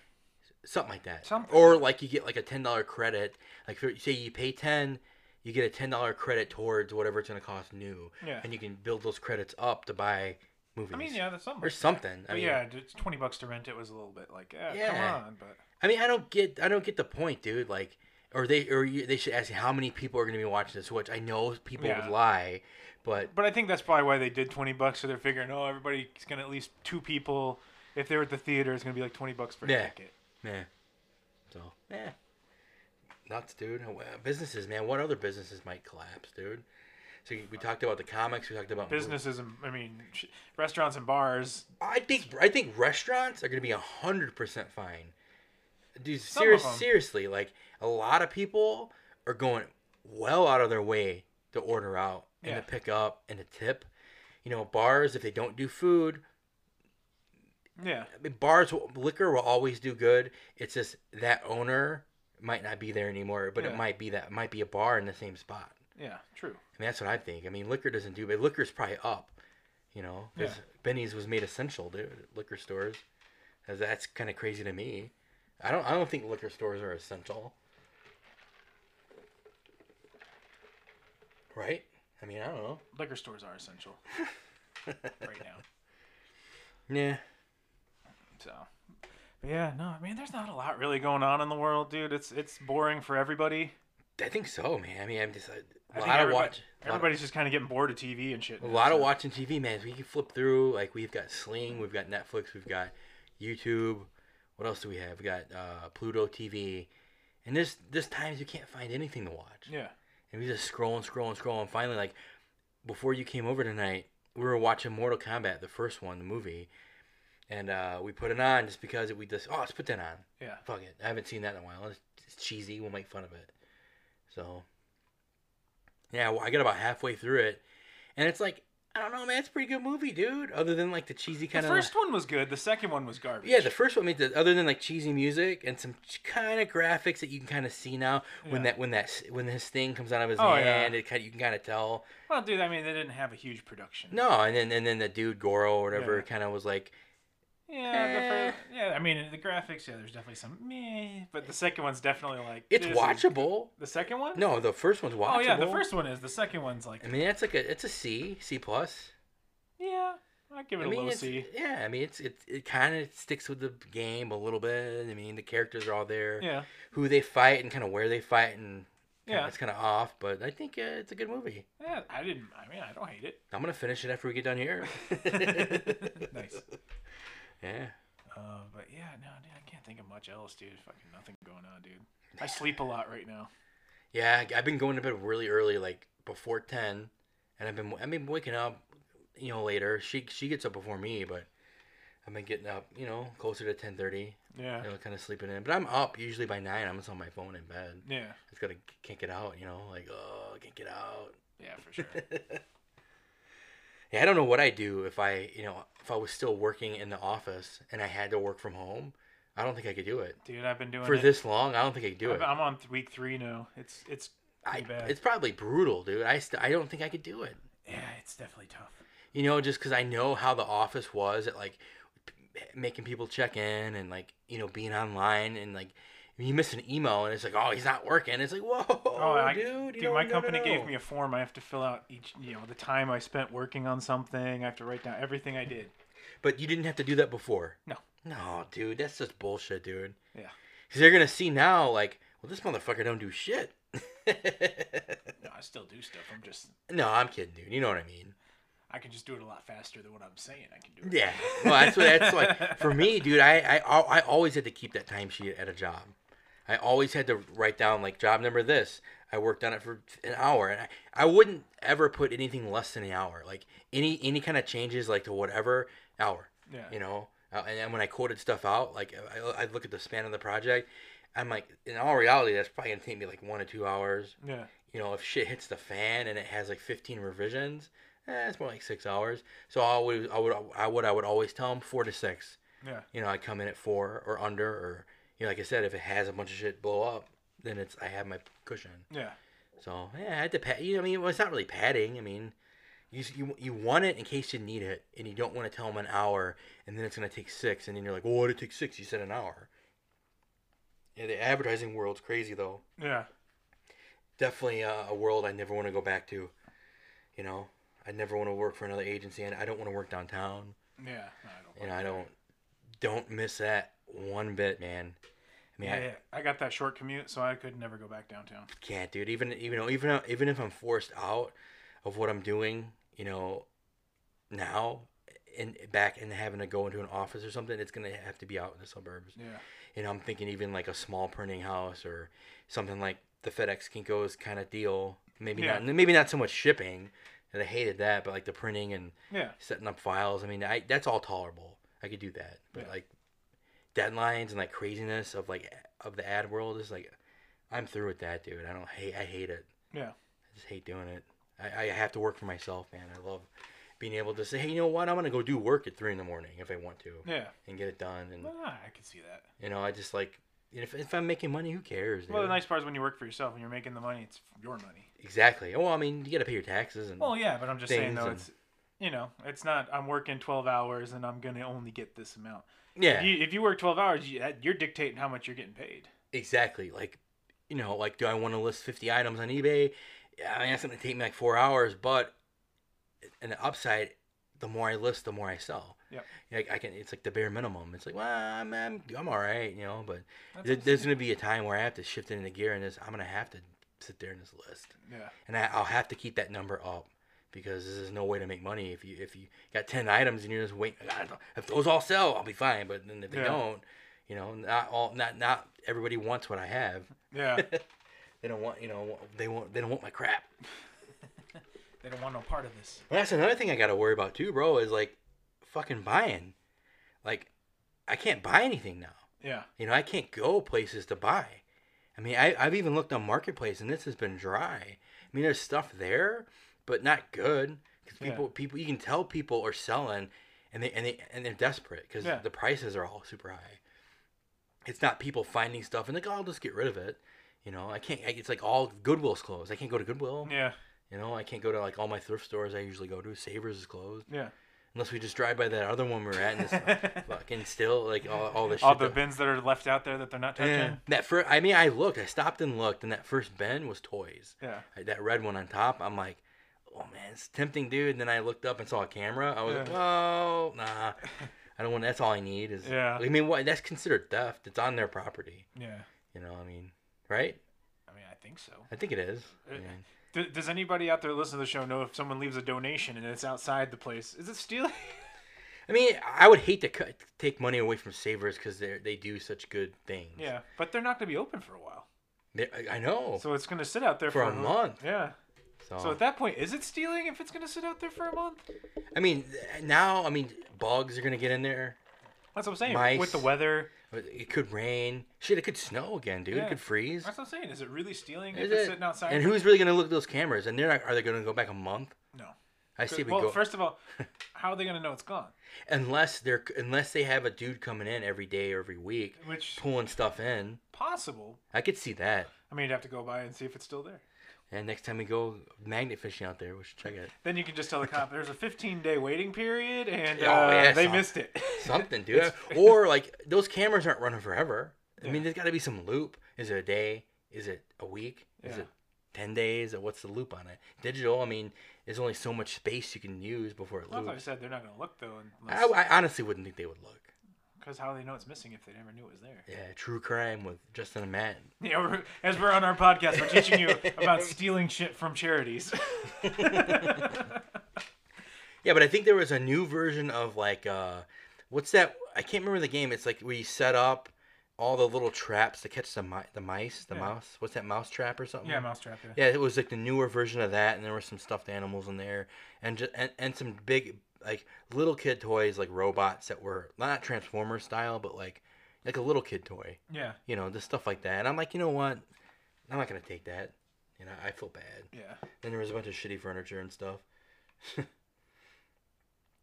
[SPEAKER 2] something like that
[SPEAKER 1] Something.
[SPEAKER 2] or like you get like a $10 credit like for, say you pay 10 you get a $10 credit towards whatever it's going to cost new
[SPEAKER 1] Yeah.
[SPEAKER 2] and you can build those credits up to buy movies
[SPEAKER 1] I mean, yeah, that's something.
[SPEAKER 2] or something i
[SPEAKER 1] But
[SPEAKER 2] mean
[SPEAKER 1] yeah, it's twenty bucks to rent it was a little bit like, eh,
[SPEAKER 2] Yeah.
[SPEAKER 1] come on, but
[SPEAKER 2] i mean i don't get i don't get the point dude like or they or you, they should ask you how many people are going to be watching this which i know people
[SPEAKER 1] Yeah.
[SPEAKER 2] would lie but
[SPEAKER 1] But I think that's probably why they did twenty bucks. So they're figuring, oh, everybody's gonna at least two people. If they're at the theater, it's gonna be like twenty bucks for a
[SPEAKER 2] Yeah.
[SPEAKER 1] ticket.
[SPEAKER 2] Yeah. So. Yeah. Nuts, dude. Uh, Businesses, man. What other businesses might collapse, dude? So we talked about the comics. We talked about
[SPEAKER 1] Businesses, and, I mean, sh- restaurants and bars.
[SPEAKER 2] I think I think restaurants are gonna be hundred percent fine. Dude,
[SPEAKER 1] of
[SPEAKER 2] serious,
[SPEAKER 1] them.
[SPEAKER 2] seriously, like a lot of people are going well out of their way to order out and
[SPEAKER 1] Yeah.
[SPEAKER 2] to pick up and to tip. You know, bars if they don't do food,
[SPEAKER 1] Yeah,
[SPEAKER 2] I mean, bars will- liquor will always do good. It's just that owner might not be there anymore, but
[SPEAKER 1] Yeah.
[SPEAKER 2] it might be that might be a bar in the same spot.
[SPEAKER 1] Yeah, true.
[SPEAKER 2] And that's what I think. I mean, liquor doesn't do, but liquor's probably up. You know, because
[SPEAKER 1] Yeah.
[SPEAKER 2] Benny's was made essential, dude. at Liquor stores, 'Cause that's kind of crazy to me. I don't. I don't think liquor stores are essential. Right? I mean, I don't know.
[SPEAKER 1] Liquor stores are essential right now.
[SPEAKER 2] Yeah.
[SPEAKER 1] So, but yeah, no, I mean, there's not a lot really going on in the world, dude. It's it's boring for everybody.
[SPEAKER 2] I think so, man. I mean, I'm just uh, a
[SPEAKER 1] I
[SPEAKER 2] lot
[SPEAKER 1] think
[SPEAKER 2] of
[SPEAKER 1] everybody-
[SPEAKER 2] watch. lot of-
[SPEAKER 1] Everybody's just kind of getting bored of TV and shit.
[SPEAKER 2] A
[SPEAKER 1] now,
[SPEAKER 2] lot of
[SPEAKER 1] so-
[SPEAKER 2] watching TV, man. We can flip through. Like we've got Sling, we've got Netflix, we've got YouTube. What else do we have? We got uh, Pluto TV. And this this times you can't find anything to watch.
[SPEAKER 1] Yeah.
[SPEAKER 2] And we just scroll and scroll and scroll. And finally, like before you came over tonight, we were watching Mortal Kombat, the first one, the movie. And uh, we put it on just because we just oh let's put that on.
[SPEAKER 1] Yeah.
[SPEAKER 2] Fuck it, I haven't seen that in a while. It's, it's cheesy. We'll make fun of it. So yeah, well, I got about halfway through it, and it's like I don't know, man. It's a pretty good movie, dude. Other than like the cheesy
[SPEAKER 1] The
[SPEAKER 2] kind of
[SPEAKER 1] first one was good. The second one was garbage.
[SPEAKER 2] yeah, the first one made the other than like cheesy music and some kind of graphics that you can kind of see now when
[SPEAKER 1] Yeah.
[SPEAKER 2] that when that s- when his thing comes out of his
[SPEAKER 1] Oh, yeah.
[SPEAKER 2] hand, it kind of, you can kind of tell.
[SPEAKER 1] Well, dude, I mean, they didn't have a huge production.
[SPEAKER 2] No, and then and then the dude Goro or whatever
[SPEAKER 1] Yeah.
[SPEAKER 2] kind of was like, Eh.
[SPEAKER 1] Yeah, the fir- yeah. I mean, the graphics. Yeah, there's definitely some meh, but the second one's definitely like
[SPEAKER 2] it's
[SPEAKER 1] this is-
[SPEAKER 2] watchable.
[SPEAKER 1] The second one?
[SPEAKER 2] No, the first one's watchable.
[SPEAKER 1] Oh yeah, the first one is. The second one's like
[SPEAKER 2] I mean, that's like a it's a C C plus.
[SPEAKER 1] yeah, I give it
[SPEAKER 2] I
[SPEAKER 1] a
[SPEAKER 2] mean,
[SPEAKER 1] low
[SPEAKER 2] it's,
[SPEAKER 1] C.
[SPEAKER 2] yeah, I mean it's it, it kind of sticks with the game a little bit. I mean the characters are all there,
[SPEAKER 1] Yeah,
[SPEAKER 2] who they fight and kind of where they fight, and kinda-
[SPEAKER 1] Yeah.
[SPEAKER 2] it's kind of off. But I think uh, it's a good movie.
[SPEAKER 1] yeah. I didn't. I mean, I don't hate it.
[SPEAKER 2] I'm gonna finish it after we get done here.
[SPEAKER 1] nice.
[SPEAKER 2] yeah,
[SPEAKER 1] Uh, but yeah, no, dude, I can't think of much else, dude. Fucking nothing going on, dude. I sleep a lot right now.
[SPEAKER 2] yeah. I- I've been going to bed really early, like before ten, and I've been I've been waking up, you know, later. She she gets up before me, but I've been getting up, you know, closer to ten thirty.
[SPEAKER 1] Yeah,
[SPEAKER 2] You know, kind of sleeping in. But I'm up usually by nine. I'm just on my phone in bed.
[SPEAKER 1] yeah,
[SPEAKER 2] I just gotta can't get out. You know, like oh, I can't get out.
[SPEAKER 1] yeah, for sure.
[SPEAKER 2] Yeah, I don't know what I do if I, you know, if I was still working in the office and I had to work from home. I don't think I could do it
[SPEAKER 1] Dude, I've been doing
[SPEAKER 2] for
[SPEAKER 1] it.
[SPEAKER 2] this long. I don't think I could do
[SPEAKER 1] I'm,
[SPEAKER 2] it.
[SPEAKER 1] I'm on th- week three now. It's it's
[SPEAKER 2] I,
[SPEAKER 1] pretty bad.
[SPEAKER 2] it's probably brutal, dude. I st- I don't think I could do it.
[SPEAKER 1] yeah, it's definitely tough.
[SPEAKER 2] You know, just because I know how the office was at like p- making people check in and like you know being online and like you miss an email and it's like oh he's not working. It's like whoa,
[SPEAKER 1] Oh, I,
[SPEAKER 2] dude. you
[SPEAKER 1] dude,
[SPEAKER 2] know,
[SPEAKER 1] my
[SPEAKER 2] no, no,
[SPEAKER 1] company
[SPEAKER 2] no.
[SPEAKER 1] gave me a form. I have to fill out each, you know, the time I spent working on something. I have to write down everything I did.
[SPEAKER 2] But you didn't have to do that before.
[SPEAKER 1] No.
[SPEAKER 2] No, dude, that's just bullshit, dude.
[SPEAKER 1] Yeah.
[SPEAKER 2] Because they're gonna see now, like, well, this motherfucker don't do shit.
[SPEAKER 1] No, I still do stuff. I'm just,
[SPEAKER 2] no, I'm kidding, dude. You know what I mean?
[SPEAKER 1] I can just do it a lot faster than what I'm saying I can do. It.
[SPEAKER 2] Yeah. Well, that's what that's like for me, dude. I I al- I always had to keep that timesheet at a job. I always had to write down like job number this. I worked on it for an hour, and I, I wouldn't ever put anything less than an hour. Like any any kind of changes, like to whatever hour.
[SPEAKER 1] Yeah.
[SPEAKER 2] You know, uh, and then when I quoted stuff out, like I, I look at the span of the project, I'm like, in all reality, that's probably gonna take me like one or two hours.
[SPEAKER 1] Yeah.
[SPEAKER 2] You know, if shit hits the fan and it has like 15 revisions, eh, it's more like six hours. So I would, I would, I would, I would always tell them four to six.
[SPEAKER 1] Yeah.
[SPEAKER 2] You know, I come in at four or under, or you know, like I said, if it has a bunch of shit blow up, then it's I have my cushion.
[SPEAKER 1] Yeah.
[SPEAKER 2] So yeah, I had to pat. You know, I mean, well, it's not really padding. I mean, you s- you you want it in case you need it, and you don't want to tell them an hour, and then it's gonna take six, and then you're like, well, why did it take six? You said an hour. Yeah, the advertising world's crazy though.
[SPEAKER 1] Yeah.
[SPEAKER 2] Definitely uh, a world I never want to go back to. You know, I never want to work for another agency, and I don't want to work downtown.
[SPEAKER 1] Yeah. No, I don't.
[SPEAKER 2] And I don't don't miss that one bit, man. I mean,
[SPEAKER 1] Yeah,
[SPEAKER 2] I,
[SPEAKER 1] yeah. I got that short commute, so I could never go back downtown.
[SPEAKER 2] can't, dude. Even even though- even even if I'm forced out of what I'm doing, you know, now and back and having to go into an office or something, it's gonna have to be out in the suburbs.
[SPEAKER 1] Yeah.
[SPEAKER 2] And I'm thinking even like a small printing house or something like the FedEx Kinko's kind of deal. Maybe
[SPEAKER 1] Yeah.
[SPEAKER 2] not maybe not so much shipping. And I hated that, but like the printing and
[SPEAKER 1] Yeah.
[SPEAKER 2] setting up files. I mean, I that's all tolerable. I could do that, but
[SPEAKER 1] Yeah.
[SPEAKER 2] like deadlines and like craziness of like of the ad world is like, I'm through with that, dude. I don't hate. I hate it.
[SPEAKER 1] Yeah.
[SPEAKER 2] I just hate doing it. I, I have to work for myself, man. I love being able to say, hey, you know what? I'm gonna go do work at three in the morning if I want to
[SPEAKER 1] Yeah.
[SPEAKER 2] and get it done. And
[SPEAKER 1] Well, I could see that.
[SPEAKER 2] you know, I just like if, if I'm making money, who cares?
[SPEAKER 1] Well, the
[SPEAKER 2] dude?
[SPEAKER 1] nice part is when you work for yourself and you're making the money, it's your money.
[SPEAKER 2] Exactly. Well, I mean, you gotta pay your taxes and
[SPEAKER 1] Well, yeah, but I'm just saying
[SPEAKER 2] things
[SPEAKER 1] though,
[SPEAKER 2] Mm. and-
[SPEAKER 1] it's you know, it's not. I'm working 12 hours and I'm gonna only get this amount.
[SPEAKER 2] yeah,
[SPEAKER 1] If, you, if you work 12 hours, you, that- you're dictating how much you're getting paid.
[SPEAKER 2] exactly. Like, you know, like, do I want to list 50 items on eBay? Yeah, I mean, that's gonna take me like four hours, but and the upside, the more I list, the more I sell.
[SPEAKER 1] Yep.
[SPEAKER 2] Like I can, it's like the bare minimum. It's like, well, I'm, I'm, I'm all right, you know. But
[SPEAKER 1] That's
[SPEAKER 2] there,
[SPEAKER 1] what I'm
[SPEAKER 2] there's gonna be a time where I have to shift into gear, and this, I'm gonna have to sit there in this list.
[SPEAKER 1] Yeah.
[SPEAKER 2] and I, I'll have to keep that number up because this is no way to make money. If you if you got ten items and you're just waiting, if those all sell, I'll be fine. But then if they
[SPEAKER 1] Yeah.
[SPEAKER 2] don't, you know, not all not not everybody wants what I have.
[SPEAKER 1] Yeah.
[SPEAKER 2] They don't want you know they want they don't want my crap.
[SPEAKER 1] they don't want no part of this.
[SPEAKER 2] But that's another thing I got to worry about too, bro. Is like fucking buying. Like I can't buy anything now.
[SPEAKER 1] Yeah.
[SPEAKER 2] You know, I can't go places to buy. I mean, I, I've even looked on Marketplace, and this has been dry. I mean, there's stuff there, but not good because
[SPEAKER 1] Yeah.
[SPEAKER 2] people, people, you can tell people are selling, and they and they and they're desperate because
[SPEAKER 1] Yeah.
[SPEAKER 2] the prices are all super high. It's not people finding stuff and like, oh, I'll just get rid of it. You know, I can't. I, it's like all Goodwill's closed. I can't go to Goodwill.
[SPEAKER 1] Yeah.
[SPEAKER 2] You know, I can't go to like all my thrift stores I usually go to. Savers is closed
[SPEAKER 1] Yeah.
[SPEAKER 2] unless we just drive by that other one we were at and it's fucking still like all, all the shit.
[SPEAKER 1] All the
[SPEAKER 2] that-
[SPEAKER 1] bins that are left out there that they're not touching.
[SPEAKER 2] yeah. That first, I mean, I looked, I stopped and looked, and that first bin was toys.
[SPEAKER 1] Yeah.
[SPEAKER 2] Like, That red one on top, I'm like, oh man, it's tempting, dude. And then I looked up and saw a camera. I was like,
[SPEAKER 1] Yeah.
[SPEAKER 2] oh nah, I don't want. That's all I need is.
[SPEAKER 1] Yeah.
[SPEAKER 2] I mean, what? That's considered theft. It's on their property.
[SPEAKER 1] Yeah.
[SPEAKER 2] You know, I mean, right?
[SPEAKER 1] I mean, I think so.
[SPEAKER 2] I think it is. I
[SPEAKER 1] Uh,
[SPEAKER 2] mean,
[SPEAKER 1] D- does anybody out there listening to the show know if someone leaves a donation and it's outside the place? Is it stealing?
[SPEAKER 2] I mean, I would hate to cut, take money away from savers because they they do such good things.
[SPEAKER 1] yeah, but they're not going to be open for a while,
[SPEAKER 2] They- I- I know.
[SPEAKER 1] so it's going to sit out there
[SPEAKER 2] For
[SPEAKER 1] for,
[SPEAKER 2] a month.
[SPEAKER 1] Yeah.
[SPEAKER 2] So,
[SPEAKER 1] So at that point, is it stealing if it's going to sit out there for a month?
[SPEAKER 2] I mean, now I mean, bugs are gonna get in there.
[SPEAKER 1] That's what I'm saying.
[SPEAKER 2] Mice.
[SPEAKER 1] With the weather,
[SPEAKER 2] It could rain. Shit, it could snow again, dude. It
[SPEAKER 1] Yeah.
[SPEAKER 2] could freeze.
[SPEAKER 1] that's what I'm saying. Is it really stealing
[SPEAKER 2] Is
[SPEAKER 1] if it's
[SPEAKER 2] it-
[SPEAKER 1] sitting outside?
[SPEAKER 2] And who's really gonna look at those cameras? And they're not, are they gonna go back a month?
[SPEAKER 1] no.
[SPEAKER 2] I see we
[SPEAKER 1] well,
[SPEAKER 2] go
[SPEAKER 1] first of all, how are they going to know it's gone?
[SPEAKER 2] unless they're unless they have a dude coming in every day or every week
[SPEAKER 1] Which
[SPEAKER 2] pulling stuff in.
[SPEAKER 1] possible.
[SPEAKER 2] I could see that.
[SPEAKER 1] I mean, you'd have to go by and see if it's still there.
[SPEAKER 2] And next time we go magnet fishing out there, we should check it.
[SPEAKER 1] Then you can just tell the cop there's a 15 day waiting period and uh,
[SPEAKER 2] Oh, yeah,
[SPEAKER 1] they
[SPEAKER 2] son.
[SPEAKER 1] missed it.
[SPEAKER 2] Something, dude. or like those cameras aren't running forever. I mean, there's got to be some loop. Is it a day? Is it a week? Is
[SPEAKER 1] Yeah.
[SPEAKER 2] it ten days? Or what's the loop on it? Digital. I mean, there's only so much space you can use before it
[SPEAKER 1] That's why I
[SPEAKER 2] loops.
[SPEAKER 1] said they're not going to look though,
[SPEAKER 2] I, I honestly wouldn't think they would look.
[SPEAKER 1] because how they know it's missing if they never knew it was there.
[SPEAKER 2] Yeah, true crime with Justin and Matt.
[SPEAKER 1] Yeah, we're, as we're on our podcast, we're teaching you about stealing shit from charities.
[SPEAKER 2] Yeah, but I think there was a new version of like, uh, what's that? I can't remember the game. It's like where you set up all the little traps to catch the mi- the mice, the
[SPEAKER 1] Yeah.
[SPEAKER 2] mouse. What's that mouse trap or something?
[SPEAKER 1] yeah, mousetrap. Yeah.
[SPEAKER 2] Yeah, it was like the newer version of that, and there were some stuffed animals in there, and just and, and some big like little kid toys like robots that were not Transformer style, but like like a little kid toy.
[SPEAKER 1] yeah,
[SPEAKER 2] You know, just stuff like that. And I'm like, you know what? I'm not gonna take that. You know, I feel bad.
[SPEAKER 1] yeah.
[SPEAKER 2] Then there was a bunch of shitty furniture and stuff.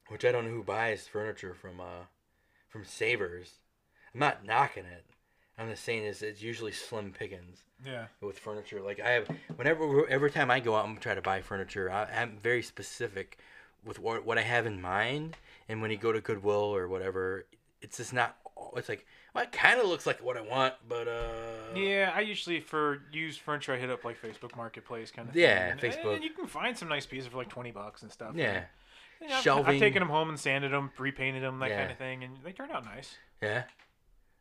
[SPEAKER 2] Which I don't know who buys furniture from uh from Savers. I'm not knocking it. I'm just saying is it's usually slim pickings
[SPEAKER 1] Yeah.
[SPEAKER 2] with furniture. Like I have whenever every time I go out and try to buy furniture, I, I'm very specific with what what I have in mind. And when you go to Goodwill or whatever, it's just not. It's like well, it kind of looks like what I want, but uh.
[SPEAKER 1] Yeah, I usually for used furniture I hit up like Facebook Marketplace kind of thing.
[SPEAKER 2] Yeah,
[SPEAKER 1] And-
[SPEAKER 2] Facebook.
[SPEAKER 1] And you can find some nice pieces for like twenty bucks and stuff.
[SPEAKER 2] Yeah.
[SPEAKER 1] And I've,
[SPEAKER 2] Shelving.
[SPEAKER 1] I've taken them home and sanded them, repainted them, that
[SPEAKER 2] Yeah.
[SPEAKER 1] kind of thing, and they turned out nice.
[SPEAKER 2] Yeah.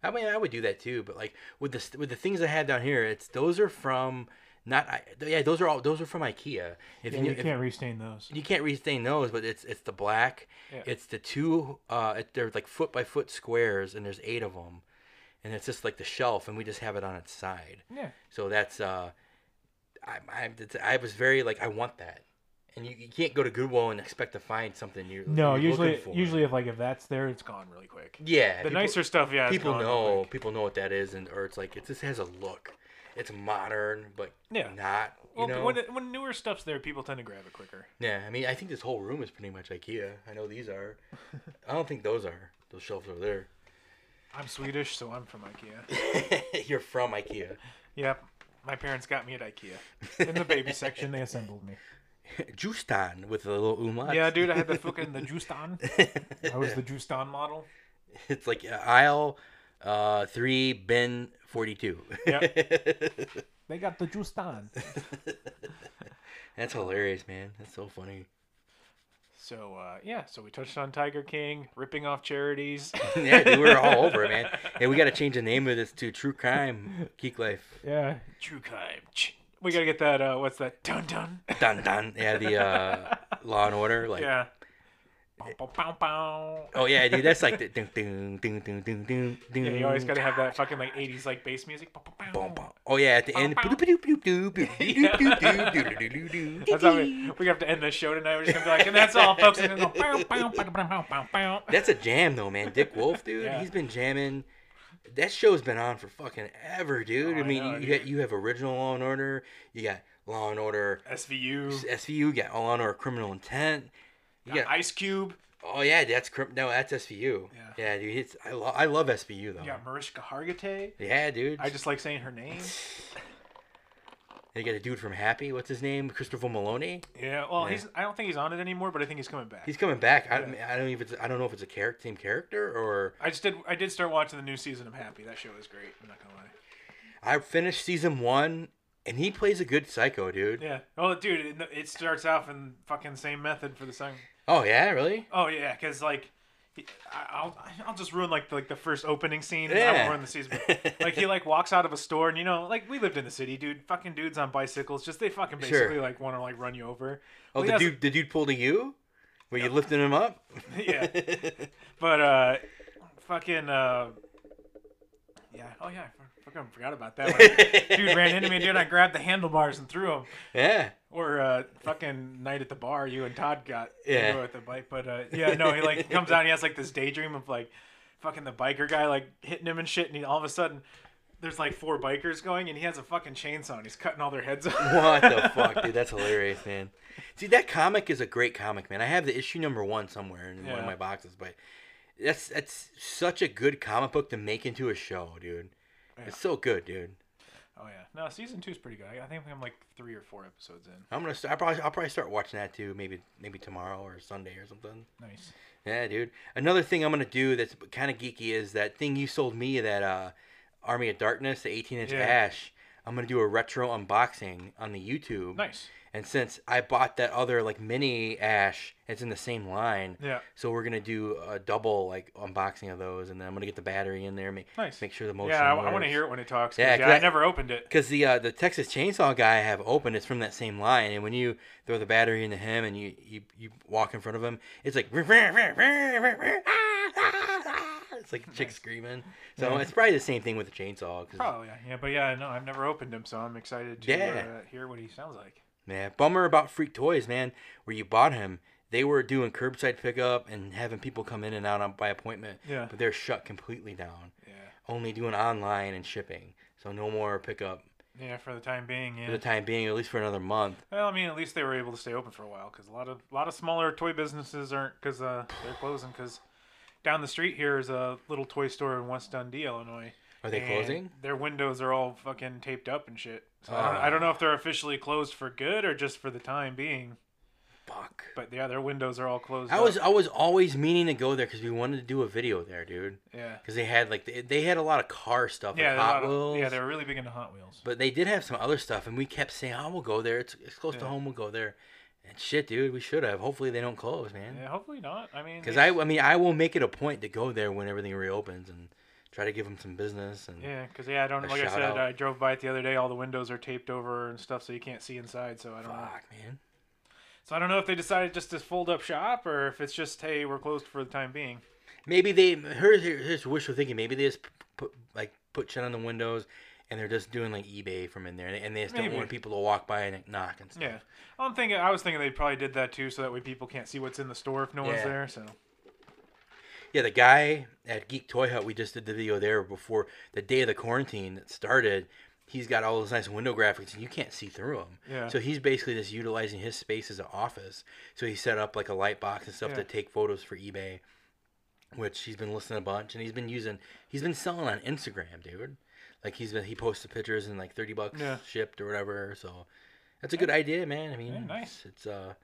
[SPEAKER 2] I mean, I would do that too, but like with the st- with the things I have down here, it's those are from not I, yeah, those are all those are from IKEA. If
[SPEAKER 1] Yeah,
[SPEAKER 2] you,
[SPEAKER 1] you
[SPEAKER 2] if-
[SPEAKER 1] can't restain those.
[SPEAKER 2] you can't restain those, but it's it's the black.
[SPEAKER 1] Yeah.
[SPEAKER 2] It's the two. Uh, it, they're like foot by foot squares, and there's eight of them, and it's just like the shelf, and we just have it on its side.
[SPEAKER 1] Yeah.
[SPEAKER 2] So that's uh, I I, it's, I was very like I want that, and you, you can't go to Goodwill and expect to find something you
[SPEAKER 1] No,
[SPEAKER 2] you're
[SPEAKER 1] usually
[SPEAKER 2] looking for.
[SPEAKER 1] usually if like if that's there, it's gone really quick.
[SPEAKER 2] yeah
[SPEAKER 1] The
[SPEAKER 2] people-
[SPEAKER 1] nicer stuff, yeah. it's
[SPEAKER 2] people
[SPEAKER 1] gone real
[SPEAKER 2] know
[SPEAKER 1] quick.
[SPEAKER 2] people know what that is, and or it's like it just has a look. It's modern, but
[SPEAKER 1] Yeah.
[SPEAKER 2] not. You
[SPEAKER 1] Well,
[SPEAKER 2] know?
[SPEAKER 1] when, it- when newer stuff's there, people tend to grab it quicker.
[SPEAKER 2] Yeah, I mean, I think this whole room is pretty much IKEA. I know these are. I don't think those are. Those shelves over there.
[SPEAKER 1] I'm Swedish, so I'm from IKEA.
[SPEAKER 2] You're from IKEA.
[SPEAKER 1] Yep. My parents got me at IKEA. In the baby section, they assembled me.
[SPEAKER 2] Justan with a little umlaut.
[SPEAKER 1] Yeah, dude, I had the fucking the Justan. I was the Justan model.
[SPEAKER 2] It's like aisle uh, three, bin forty-two.
[SPEAKER 1] Yep. They got the Justan.
[SPEAKER 2] That's hilarious, man. That's so funny.
[SPEAKER 1] So uh, yeah, so we touched on Tiger King ripping off charities.
[SPEAKER 2] yeah, dude, we're all over it, man. And we got to change the name of this to True Crime Geek Life.
[SPEAKER 1] yeah, true crime. Ch- We gotta get that. Uh, what's that? Dun dun.
[SPEAKER 2] Dun dun. Yeah, the uh, Law and Order. Like,
[SPEAKER 1] Yeah. Bow, bow, bow, bow.
[SPEAKER 2] oh yeah, dude, that's like the ding ding ding ding ding ding ding.
[SPEAKER 1] Yeah, you always gotta have that fucking like '80s like bass music. Bow, bow, bow.
[SPEAKER 2] Bum, bum. Oh yeah, at the end.
[SPEAKER 1] That's how we we have to end the show tonight. We're just gonna be like, and that's all, folks. And then go, bow, bow, bow, bow, bow, bow, bow.
[SPEAKER 2] That's a jam though, man. Dick Wolf, dude,
[SPEAKER 1] Yeah.
[SPEAKER 2] he's been jamming. That show's been on for fucking ever, dude.
[SPEAKER 1] Oh,
[SPEAKER 2] I
[SPEAKER 1] I
[SPEAKER 2] mean,
[SPEAKER 1] know,
[SPEAKER 2] you
[SPEAKER 1] dude.
[SPEAKER 2] got you have original Law and Order, you got Law and Order
[SPEAKER 1] SVU.
[SPEAKER 2] SVU, you got Law and Order Criminal Intent. You got,
[SPEAKER 1] Ice Cube.
[SPEAKER 2] oh yeah, that's crim- no, that's SVU.
[SPEAKER 1] Yeah.
[SPEAKER 2] Yeah, dude, it's I, lo- I love SVU though.
[SPEAKER 1] You got Mariska Hargitay.
[SPEAKER 2] Yeah, dude.
[SPEAKER 1] I just like saying her name.
[SPEAKER 2] They got a dude from Happy. What's his name? Christopher Maloney.
[SPEAKER 1] Yeah. Well,
[SPEAKER 2] Yeah.
[SPEAKER 1] he's. I don't think he's on it anymore, but I think he's coming back.
[SPEAKER 2] He's coming back. I, I don't even. If it's, I don't know if it's a character, same character, or
[SPEAKER 1] I just did. I did start watching the new season of Happy. That show is great. I'm not gonna lie.
[SPEAKER 2] I finished season one, and he plays a good psycho, dude.
[SPEAKER 1] Yeah. Oh, dude, it, it starts off in fucking same method for the song.
[SPEAKER 2] Oh yeah, really?
[SPEAKER 1] Oh yeah, because like, he- I- I'll I'll just ruin like the, like the first opening scene. I
[SPEAKER 2] Yeah.
[SPEAKER 1] won't ruin the season. But, like he like walks out of a store, and you know, like we lived in the city, dude. Fucking dudes on bicycles, just they fucking
[SPEAKER 2] Sure.
[SPEAKER 1] basically like want to like run you over.
[SPEAKER 2] Oh,
[SPEAKER 1] Well,
[SPEAKER 2] the
[SPEAKER 1] yes,
[SPEAKER 2] dude, the dude pulled a you. Were you lifting him up?
[SPEAKER 1] yeah. But uh, fucking uh, yeah. Oh yeah, I fucking forgot about that. One. dude ran into me, dude. I grabbed the handlebars and threw him.
[SPEAKER 2] Yeah.
[SPEAKER 1] Or uh, fucking night at the bar, you and Todd got
[SPEAKER 2] Yeah.
[SPEAKER 1] yeah at the bike, but uh, yeah, no, he like comes out, and he has like this daydream of like fucking the biker guy like hitting him and shit, and he, all of a sudden there's like four bikers going, and he has a fucking chainsaw, and he's cutting all their heads off.
[SPEAKER 2] What the fuck, dude? That's hilarious, man. See, that comic is a great comic, man. I have the issue number one somewhere in one of
[SPEAKER 1] Yeah.
[SPEAKER 2] my boxes, but that's that's such a good comic book to make into a show, dude. It's so good, dude.
[SPEAKER 1] Oh yeah, no, season two's pretty good. I, I think I'm like three or four episodes in.
[SPEAKER 2] I'm gonna. Start, I probably, I'll probably start watching that too. Maybe maybe tomorrow or Sunday or something.
[SPEAKER 1] Nice.
[SPEAKER 2] Yeah, dude. Another thing I'm gonna do that's kind of geeky is that thing you sold me that uh, Army of Darkness, the 18 inch
[SPEAKER 1] Yeah.
[SPEAKER 2] Ash. I'm gonna do a retro unboxing on the YouTube.
[SPEAKER 1] Nice.
[SPEAKER 2] And since I bought that other like mini Ash, it's in the same line.
[SPEAKER 1] Yeah.
[SPEAKER 2] So we're gonna do a double like unboxing of those, and then I'm gonna get the battery in there. Make
[SPEAKER 1] Nice.
[SPEAKER 2] make sure the motion.
[SPEAKER 1] yeah, I,
[SPEAKER 2] works.
[SPEAKER 1] want to hear it when it talks. 'cause,
[SPEAKER 2] Yeah,
[SPEAKER 1] Yeah,
[SPEAKER 2] 'cause
[SPEAKER 1] I
[SPEAKER 2] I-
[SPEAKER 1] never opened it.
[SPEAKER 2] Because the uh, the Texas Chainsaw guy I have open is from that same line, and when you throw the battery into him and you you, you walk in front of him, it's like "Rah, rah, rah, rah, rah, rah, ah, ah, ah." it's like chick screaming. So it's probably the same thing with the chainsaw. 'cause-
[SPEAKER 1] Probably yeah, yeah, but yeah, no, I've never opened him, so I'm excited to
[SPEAKER 2] Yeah.
[SPEAKER 1] uh, hear what he sounds like.
[SPEAKER 2] Man, bummer about Freak Toys, man. Where you bought him, they were doing curbside pickup and having people come in and out on, by appointment.
[SPEAKER 1] Yeah.
[SPEAKER 2] But they're shut completely down.
[SPEAKER 1] Yeah,
[SPEAKER 2] Only doing online and shipping. So no more pickup
[SPEAKER 1] yeah, for the time being, yeah.
[SPEAKER 2] for the time being, at least for another month.
[SPEAKER 1] Well, I mean, at least they were able to stay open for a while because a lot of a lot of smaller toy businesses aren't because uh, they're closing. Because down the street here is a little toy store in West Dundee, Illinois.
[SPEAKER 2] Are they
[SPEAKER 1] and
[SPEAKER 2] closing?
[SPEAKER 1] Their windows are all fucking taped up and shit. So I, don't, I
[SPEAKER 2] Ah.
[SPEAKER 1] don't know if they're officially closed for good or just for the time being.
[SPEAKER 2] Fuck.
[SPEAKER 1] But yeah, their windows are all closed.
[SPEAKER 2] I was
[SPEAKER 1] up.
[SPEAKER 2] I was always meaning to go there because we wanted to do a video there, dude.
[SPEAKER 1] yeah
[SPEAKER 2] Because they had like they, they had a lot of car stuff,
[SPEAKER 1] yeah
[SPEAKER 2] like
[SPEAKER 1] there's a
[SPEAKER 2] Hot
[SPEAKER 1] lot of-
[SPEAKER 2] Wheels.
[SPEAKER 1] yeah they're really big into Hot Wheels.
[SPEAKER 2] But they did have some other stuff, and we kept saying, "Oh, we'll go there. It's, it's close to
[SPEAKER 1] Yeah.
[SPEAKER 2] home. We'll go there." And shit, dude, we should have. Hopefully, they don't close, man.
[SPEAKER 1] Yeah, hopefully not. I mean,
[SPEAKER 2] Because
[SPEAKER 1] they-
[SPEAKER 2] I I mean I will make it a point to go there when everything reopens and try to give them some business and
[SPEAKER 1] Yeah, because yeah, I don't
[SPEAKER 2] A
[SPEAKER 1] like I
[SPEAKER 2] shout
[SPEAKER 1] said.
[SPEAKER 2] out.
[SPEAKER 1] I drove by it the other day. All the windows are taped over and stuff, so you can't see inside. So I don't know.
[SPEAKER 2] fuck, man.
[SPEAKER 1] So I don't know if they decided just to fold up shop or if it's just hey, we're closed for the time being.
[SPEAKER 2] Maybe they here's here's wishful thinking. Maybe they just p- put like put shit on the windows. And they're just doing like eBay from in there, and they just don't
[SPEAKER 1] Maybe.
[SPEAKER 2] want people to walk by and knock and stuff.
[SPEAKER 1] Yeah. I'm thinking I was thinking they probably did that too so that way people can't see what's in the store if no one's
[SPEAKER 2] Yeah.
[SPEAKER 1] there, so.
[SPEAKER 2] Yeah, the guy at Geek Toy Hut, we just did the video there before the day of the quarantine that started. He's got all those nice window graphics, and you can't see through them.
[SPEAKER 1] Yeah.
[SPEAKER 2] So he's basically just utilizing his space as an office. So he set up like a light box and stuff
[SPEAKER 1] Yeah.
[SPEAKER 2] to take photos for eBay. which he's been listening a bunch and he's been using he's been selling on Instagram, dude. Like he's been he posted pictures and like thirty bucks
[SPEAKER 1] Yeah.
[SPEAKER 2] shipped or whatever. So that's a good idea, man. I mean,
[SPEAKER 1] Yeah, nice.
[SPEAKER 2] It's, it's, uh,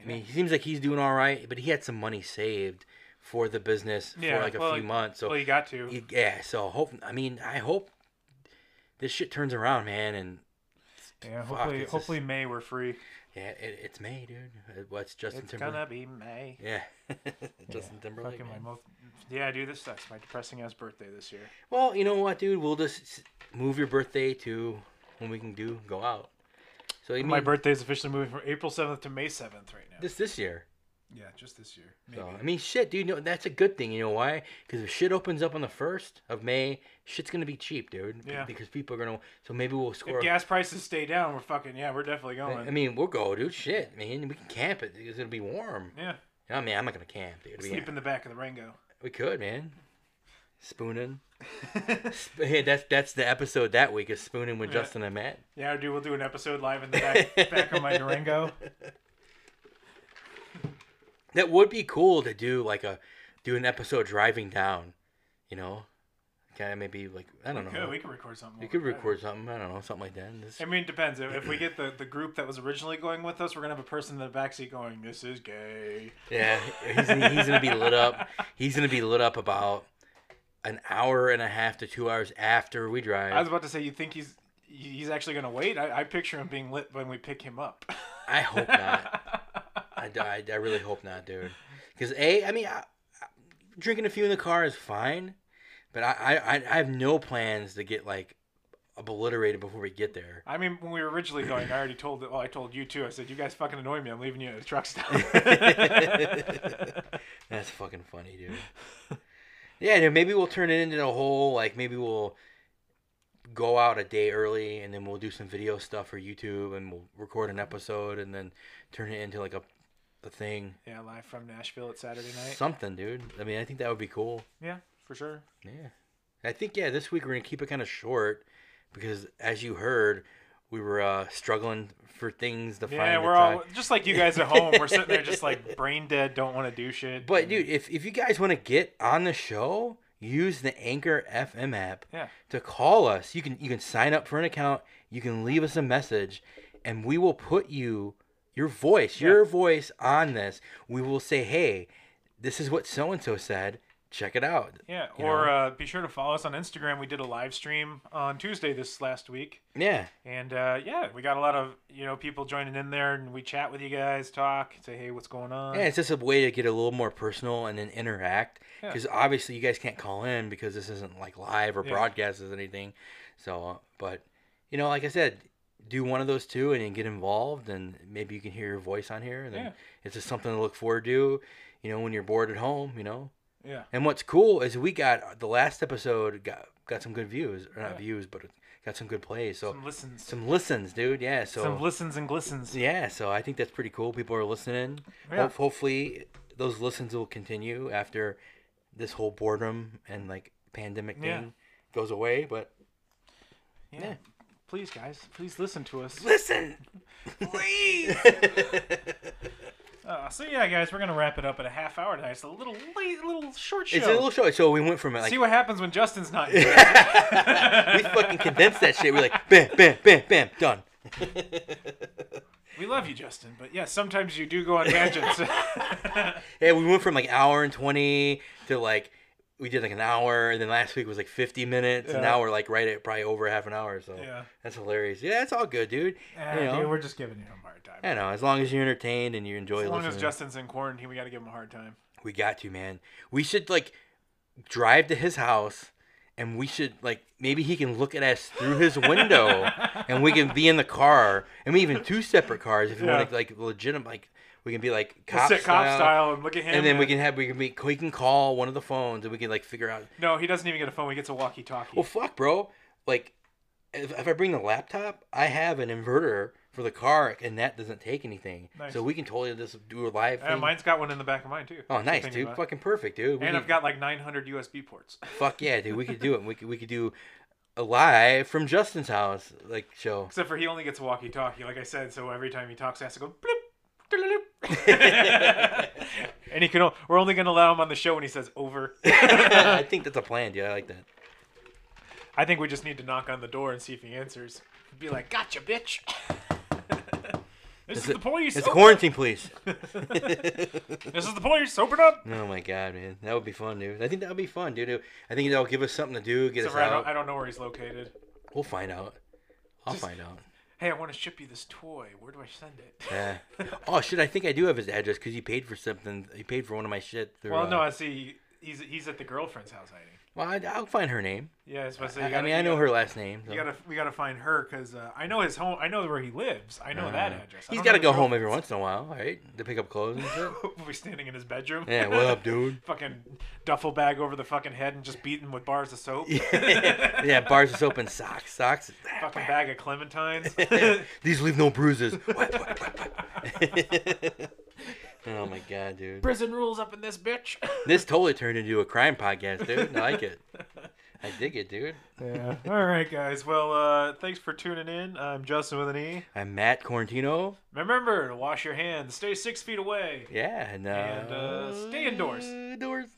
[SPEAKER 2] I mean, he seems like he's doing all right, but he had some money saved for the business
[SPEAKER 1] Yeah,
[SPEAKER 2] for like a
[SPEAKER 1] well,
[SPEAKER 2] few months. So
[SPEAKER 1] Well, you got to.
[SPEAKER 2] he- yeah, so hope I mean I hope this shit turns around, man. And
[SPEAKER 1] Yeah,
[SPEAKER 2] fuck,
[SPEAKER 1] hopefully,
[SPEAKER 2] it's just-
[SPEAKER 1] hopefully May we're free.
[SPEAKER 2] yeah, it, it's May, dude. It- What's Justin
[SPEAKER 1] It's
[SPEAKER 2] Timberlake?
[SPEAKER 1] gonna be May.
[SPEAKER 2] Yeah, Justin Timberlake.
[SPEAKER 1] Fucking
[SPEAKER 2] man.
[SPEAKER 1] my most. Yeah, dude, this sucks. My depressing ass birthday this year.
[SPEAKER 2] Well, you know what, dude? We'll just s- move your birthday to when we can do go out. So I mean,
[SPEAKER 1] my birthday is officially moving from April seventh to May seventh right now.
[SPEAKER 2] this this year.
[SPEAKER 1] yeah, just this year. Maybe.
[SPEAKER 2] So, I mean, shit, dude. No, that's a good thing. You know why? Because if shit opens up on the first of May, shit's gonna be cheap, dude.
[SPEAKER 1] Yeah.
[SPEAKER 2] Because people are gonna. So maybe we'll score.
[SPEAKER 1] if gas prices stay down, we're fucking yeah, we're definitely going.
[SPEAKER 2] I mean, we'll go, dude. Shit, man. We can camp it because it'll be warm.
[SPEAKER 1] yeah,
[SPEAKER 2] I mean, I'm not gonna camp, dude. We,
[SPEAKER 1] sleep in the back of the Rango.
[SPEAKER 2] we could, man. Spooning. Sp- hey, that's that's the episode that week is spooning with
[SPEAKER 1] Yeah.
[SPEAKER 2] Justin and Matt.
[SPEAKER 1] Yeah, dude, we'll do an episode live in the back, back of my Durango.
[SPEAKER 2] That would be cool to do like a do an episode driving down, you know, kind of maybe like I don't know.
[SPEAKER 1] Good, we could record something.
[SPEAKER 2] you
[SPEAKER 1] while
[SPEAKER 2] could
[SPEAKER 1] we're driving.
[SPEAKER 2] record something. I don't know, something like that. and just-
[SPEAKER 1] I mean, it depends. If, if we get the, the group that was originally going with us, we're gonna have a person in the backseat going, "This is gay."
[SPEAKER 2] yeah, he's, he's gonna be lit up. He's gonna be lit up about an hour and a half to two hours after we drive.
[SPEAKER 1] I was about to say, you think he's he's actually gonna wait? I, I picture him being lit when we pick him up.
[SPEAKER 2] I hope not. I, d- I, I really hope not, dude. Because a, I mean, I, I- drinking a few in the car is fine, but I, I I I have no plans to get like obliterated before we get there.
[SPEAKER 1] I mean, when we were originally going, I already told. Well, I told you too. I said, "You guys fucking annoy me. I'm leaving you at a truck stop."
[SPEAKER 2] That's fucking funny, dude. Yeah, dude, maybe we'll turn it into a whole like maybe we'll go out a day early and then we'll do some video stuff for YouTube and we'll record an episode and then turn it into like a a thing.
[SPEAKER 1] yeah, live from Nashville at Saturday night.
[SPEAKER 2] Something, dude. I mean, I think that would be cool.
[SPEAKER 1] yeah, for sure.
[SPEAKER 2] Yeah. I think yeah, this week we're going to keep it kind of short because as you heard, we were uh, struggling for things to find
[SPEAKER 1] Yeah,
[SPEAKER 2] the
[SPEAKER 1] we're all
[SPEAKER 2] time.
[SPEAKER 1] just like you guys at home. We're sitting there just like brain dead, don't want to do shit.
[SPEAKER 2] But dude, if, if you guys want to get on the show, use the Anchor FM app
[SPEAKER 1] Yeah.
[SPEAKER 2] to call us. You can you can sign up for an account, you can leave us a message, and we will put you your voice, your voice on this. We will say, "Hey, this is what so and so said. Check it out."
[SPEAKER 1] yeah,
[SPEAKER 2] you
[SPEAKER 1] or
[SPEAKER 2] know?
[SPEAKER 1] uh, be sure to follow us on Instagram. We did a live stream on Tuesday this last week,
[SPEAKER 2] yeah.
[SPEAKER 1] and uh, yeah, we got a lot of you know people joining in there, and we chat with you guys, talk, say hey, what's going on?
[SPEAKER 2] Yeah, it's just a way to get a little more personal and then interact.
[SPEAKER 1] Yeah.
[SPEAKER 2] Because obviously you guys can't call in because this isn't like live or
[SPEAKER 1] Yeah.
[SPEAKER 2] broadcast as anything. So, uh, but you know, like I said, do one of those two and then get involved, and maybe you can hear your voice on here. And then
[SPEAKER 1] Yeah.
[SPEAKER 2] it's just something to look forward to. You know, when you're bored at home, you know.
[SPEAKER 1] yeah,
[SPEAKER 2] And what's cool is we got the last episode got got some good views, or not
[SPEAKER 1] Yeah.
[SPEAKER 2] views, but got some good plays. So
[SPEAKER 1] some listens, some,
[SPEAKER 2] some, listens, dude. Yeah. So
[SPEAKER 1] listens and glistens.
[SPEAKER 2] yeah, so I think that's pretty cool. People are listening.
[SPEAKER 1] Yeah.
[SPEAKER 2] Ho- hopefully, those listens will continue after this whole boredom and like pandemic thing
[SPEAKER 1] Yeah.
[SPEAKER 2] goes away. But
[SPEAKER 1] Yeah.
[SPEAKER 2] Yeah.
[SPEAKER 1] please guys, please listen to us.
[SPEAKER 2] listen, please.
[SPEAKER 1] Uh, so yeah, guys, we're gonna wrap it up at a half hour tonight. It's a little late, a little short show.
[SPEAKER 2] it's a little short. So we went from it like
[SPEAKER 1] See what happens when Justin's not here.
[SPEAKER 2] we fucking condensed that shit. We're like bam, bam, bam, bam, done.
[SPEAKER 1] We love you, Justin, but yeah, sometimes you do go on tangents.
[SPEAKER 2] Yeah, we went from like hour and twenty to like we did like an hour, and then last week was like fifty minutes, and
[SPEAKER 1] Yeah.
[SPEAKER 2] now we're like right at probably over half an hour. So
[SPEAKER 1] Yeah.
[SPEAKER 2] that's hilarious. Yeah, it's all good, dude.
[SPEAKER 1] Eh,
[SPEAKER 2] You know?
[SPEAKER 1] dude, we're just giving you a hard time.
[SPEAKER 2] I know. As long as you're entertained and you enjoy
[SPEAKER 1] as long
[SPEAKER 2] listening,
[SPEAKER 1] as Justin's in quarantine, we got to give him a hard time.
[SPEAKER 2] we got to man. We should like drive to his house, and we should like maybe he can look at us through his window, and we can be in the car, and we even two separate cars if you want
[SPEAKER 1] Yeah.
[SPEAKER 2] to like legitimate like we can be like
[SPEAKER 1] We'll
[SPEAKER 2] cop,
[SPEAKER 1] sit
[SPEAKER 2] style,
[SPEAKER 1] cop style and look at him.
[SPEAKER 2] and then we can have we can be we can call one of the phones and we can like figure out.
[SPEAKER 1] No, he doesn't even get a phone. He gets a walkie-talkie.
[SPEAKER 2] Well, fuck, bro. Like, if, if I bring the laptop, I have an inverter for the car, and that doesn't take anything.
[SPEAKER 1] Nice.
[SPEAKER 2] So we can totally just do a live.
[SPEAKER 1] Eh,
[SPEAKER 2] thing.
[SPEAKER 1] mine's got one in the back of mine too.
[SPEAKER 2] Oh, nice,
[SPEAKER 1] Thinking
[SPEAKER 2] dude!
[SPEAKER 1] about it.
[SPEAKER 2] Fucking perfect, dude. We
[SPEAKER 1] And I've
[SPEAKER 2] could-
[SPEAKER 1] got like 900 USB ports.
[SPEAKER 2] fuck yeah, dude. We could do it. We could we could do a live from Justin's house, like show.
[SPEAKER 1] Except for he only gets a walkie-talkie, like I said. So every time he talks, he has to go bloop, doodle-doop. and he can. o- We're only gonna allow him on the show when he says over.
[SPEAKER 2] I think that's a plan, dude. I like that.
[SPEAKER 1] I think we just need to knock on the door and see if he answers. Be like, "Gotcha, bitch." this is,
[SPEAKER 2] it-
[SPEAKER 1] the police.
[SPEAKER 2] It's
[SPEAKER 1] Oh,
[SPEAKER 2] quarantine police.
[SPEAKER 1] this is the police. Open up.
[SPEAKER 2] Oh my god, man, that would be fun, dude. I think that would be fun, dude. I think that'll give us something to do. Get us
[SPEAKER 1] Except for I
[SPEAKER 2] out.
[SPEAKER 1] don't, I don't know where he's located.
[SPEAKER 2] We'll find out. I'll find out.
[SPEAKER 1] Hey, I want to ship you this toy. Where do I send it?
[SPEAKER 2] Yeah. Oh shit! I think I do have his address because he paid for something. He paid for one of my shit. Through,
[SPEAKER 1] well,
[SPEAKER 2] uh,
[SPEAKER 1] no, I see. He's he's at the girlfriend's house hiding.
[SPEAKER 2] well, I, I'll find her name.
[SPEAKER 1] Yeah, I was about to say.
[SPEAKER 2] I,
[SPEAKER 1] you gotta-
[SPEAKER 2] I mean,
[SPEAKER 1] you
[SPEAKER 2] I know
[SPEAKER 1] gotta-
[SPEAKER 2] her last name. so-
[SPEAKER 1] You gotta, we gotta find her because uh, I know his home. I know where he lives. I know that address. I
[SPEAKER 2] Mm. He's
[SPEAKER 1] don't
[SPEAKER 2] got to
[SPEAKER 1] know
[SPEAKER 2] go
[SPEAKER 1] his
[SPEAKER 2] home every once in a while, right? To pick up clothes and shit.
[SPEAKER 1] girlfriend. We'll be standing in his bedroom.
[SPEAKER 2] yeah, what up, dude?
[SPEAKER 1] fucking duffel bag over the fucking head and just beaten with bars of soap.
[SPEAKER 2] yeah, bars of soap and socks, socks.
[SPEAKER 1] fucking bag of clementines.
[SPEAKER 2] These leave no bruises. Whack, whack, whack, whack. oh my god, dude!
[SPEAKER 1] Prison rules up in this bitch.
[SPEAKER 2] This totally turned into a crime podcast, dude. I like it. I dig it, dude.
[SPEAKER 1] yeah. All right, guys. Well, uh, thanks for tuning in. I'm Justin with an E.
[SPEAKER 2] I'm Matt Quarantino.
[SPEAKER 1] Remember to wash your hands. Stay six feet away.
[SPEAKER 2] Yeah, and uh,
[SPEAKER 1] And, uh, stay indoors.
[SPEAKER 2] Indoors.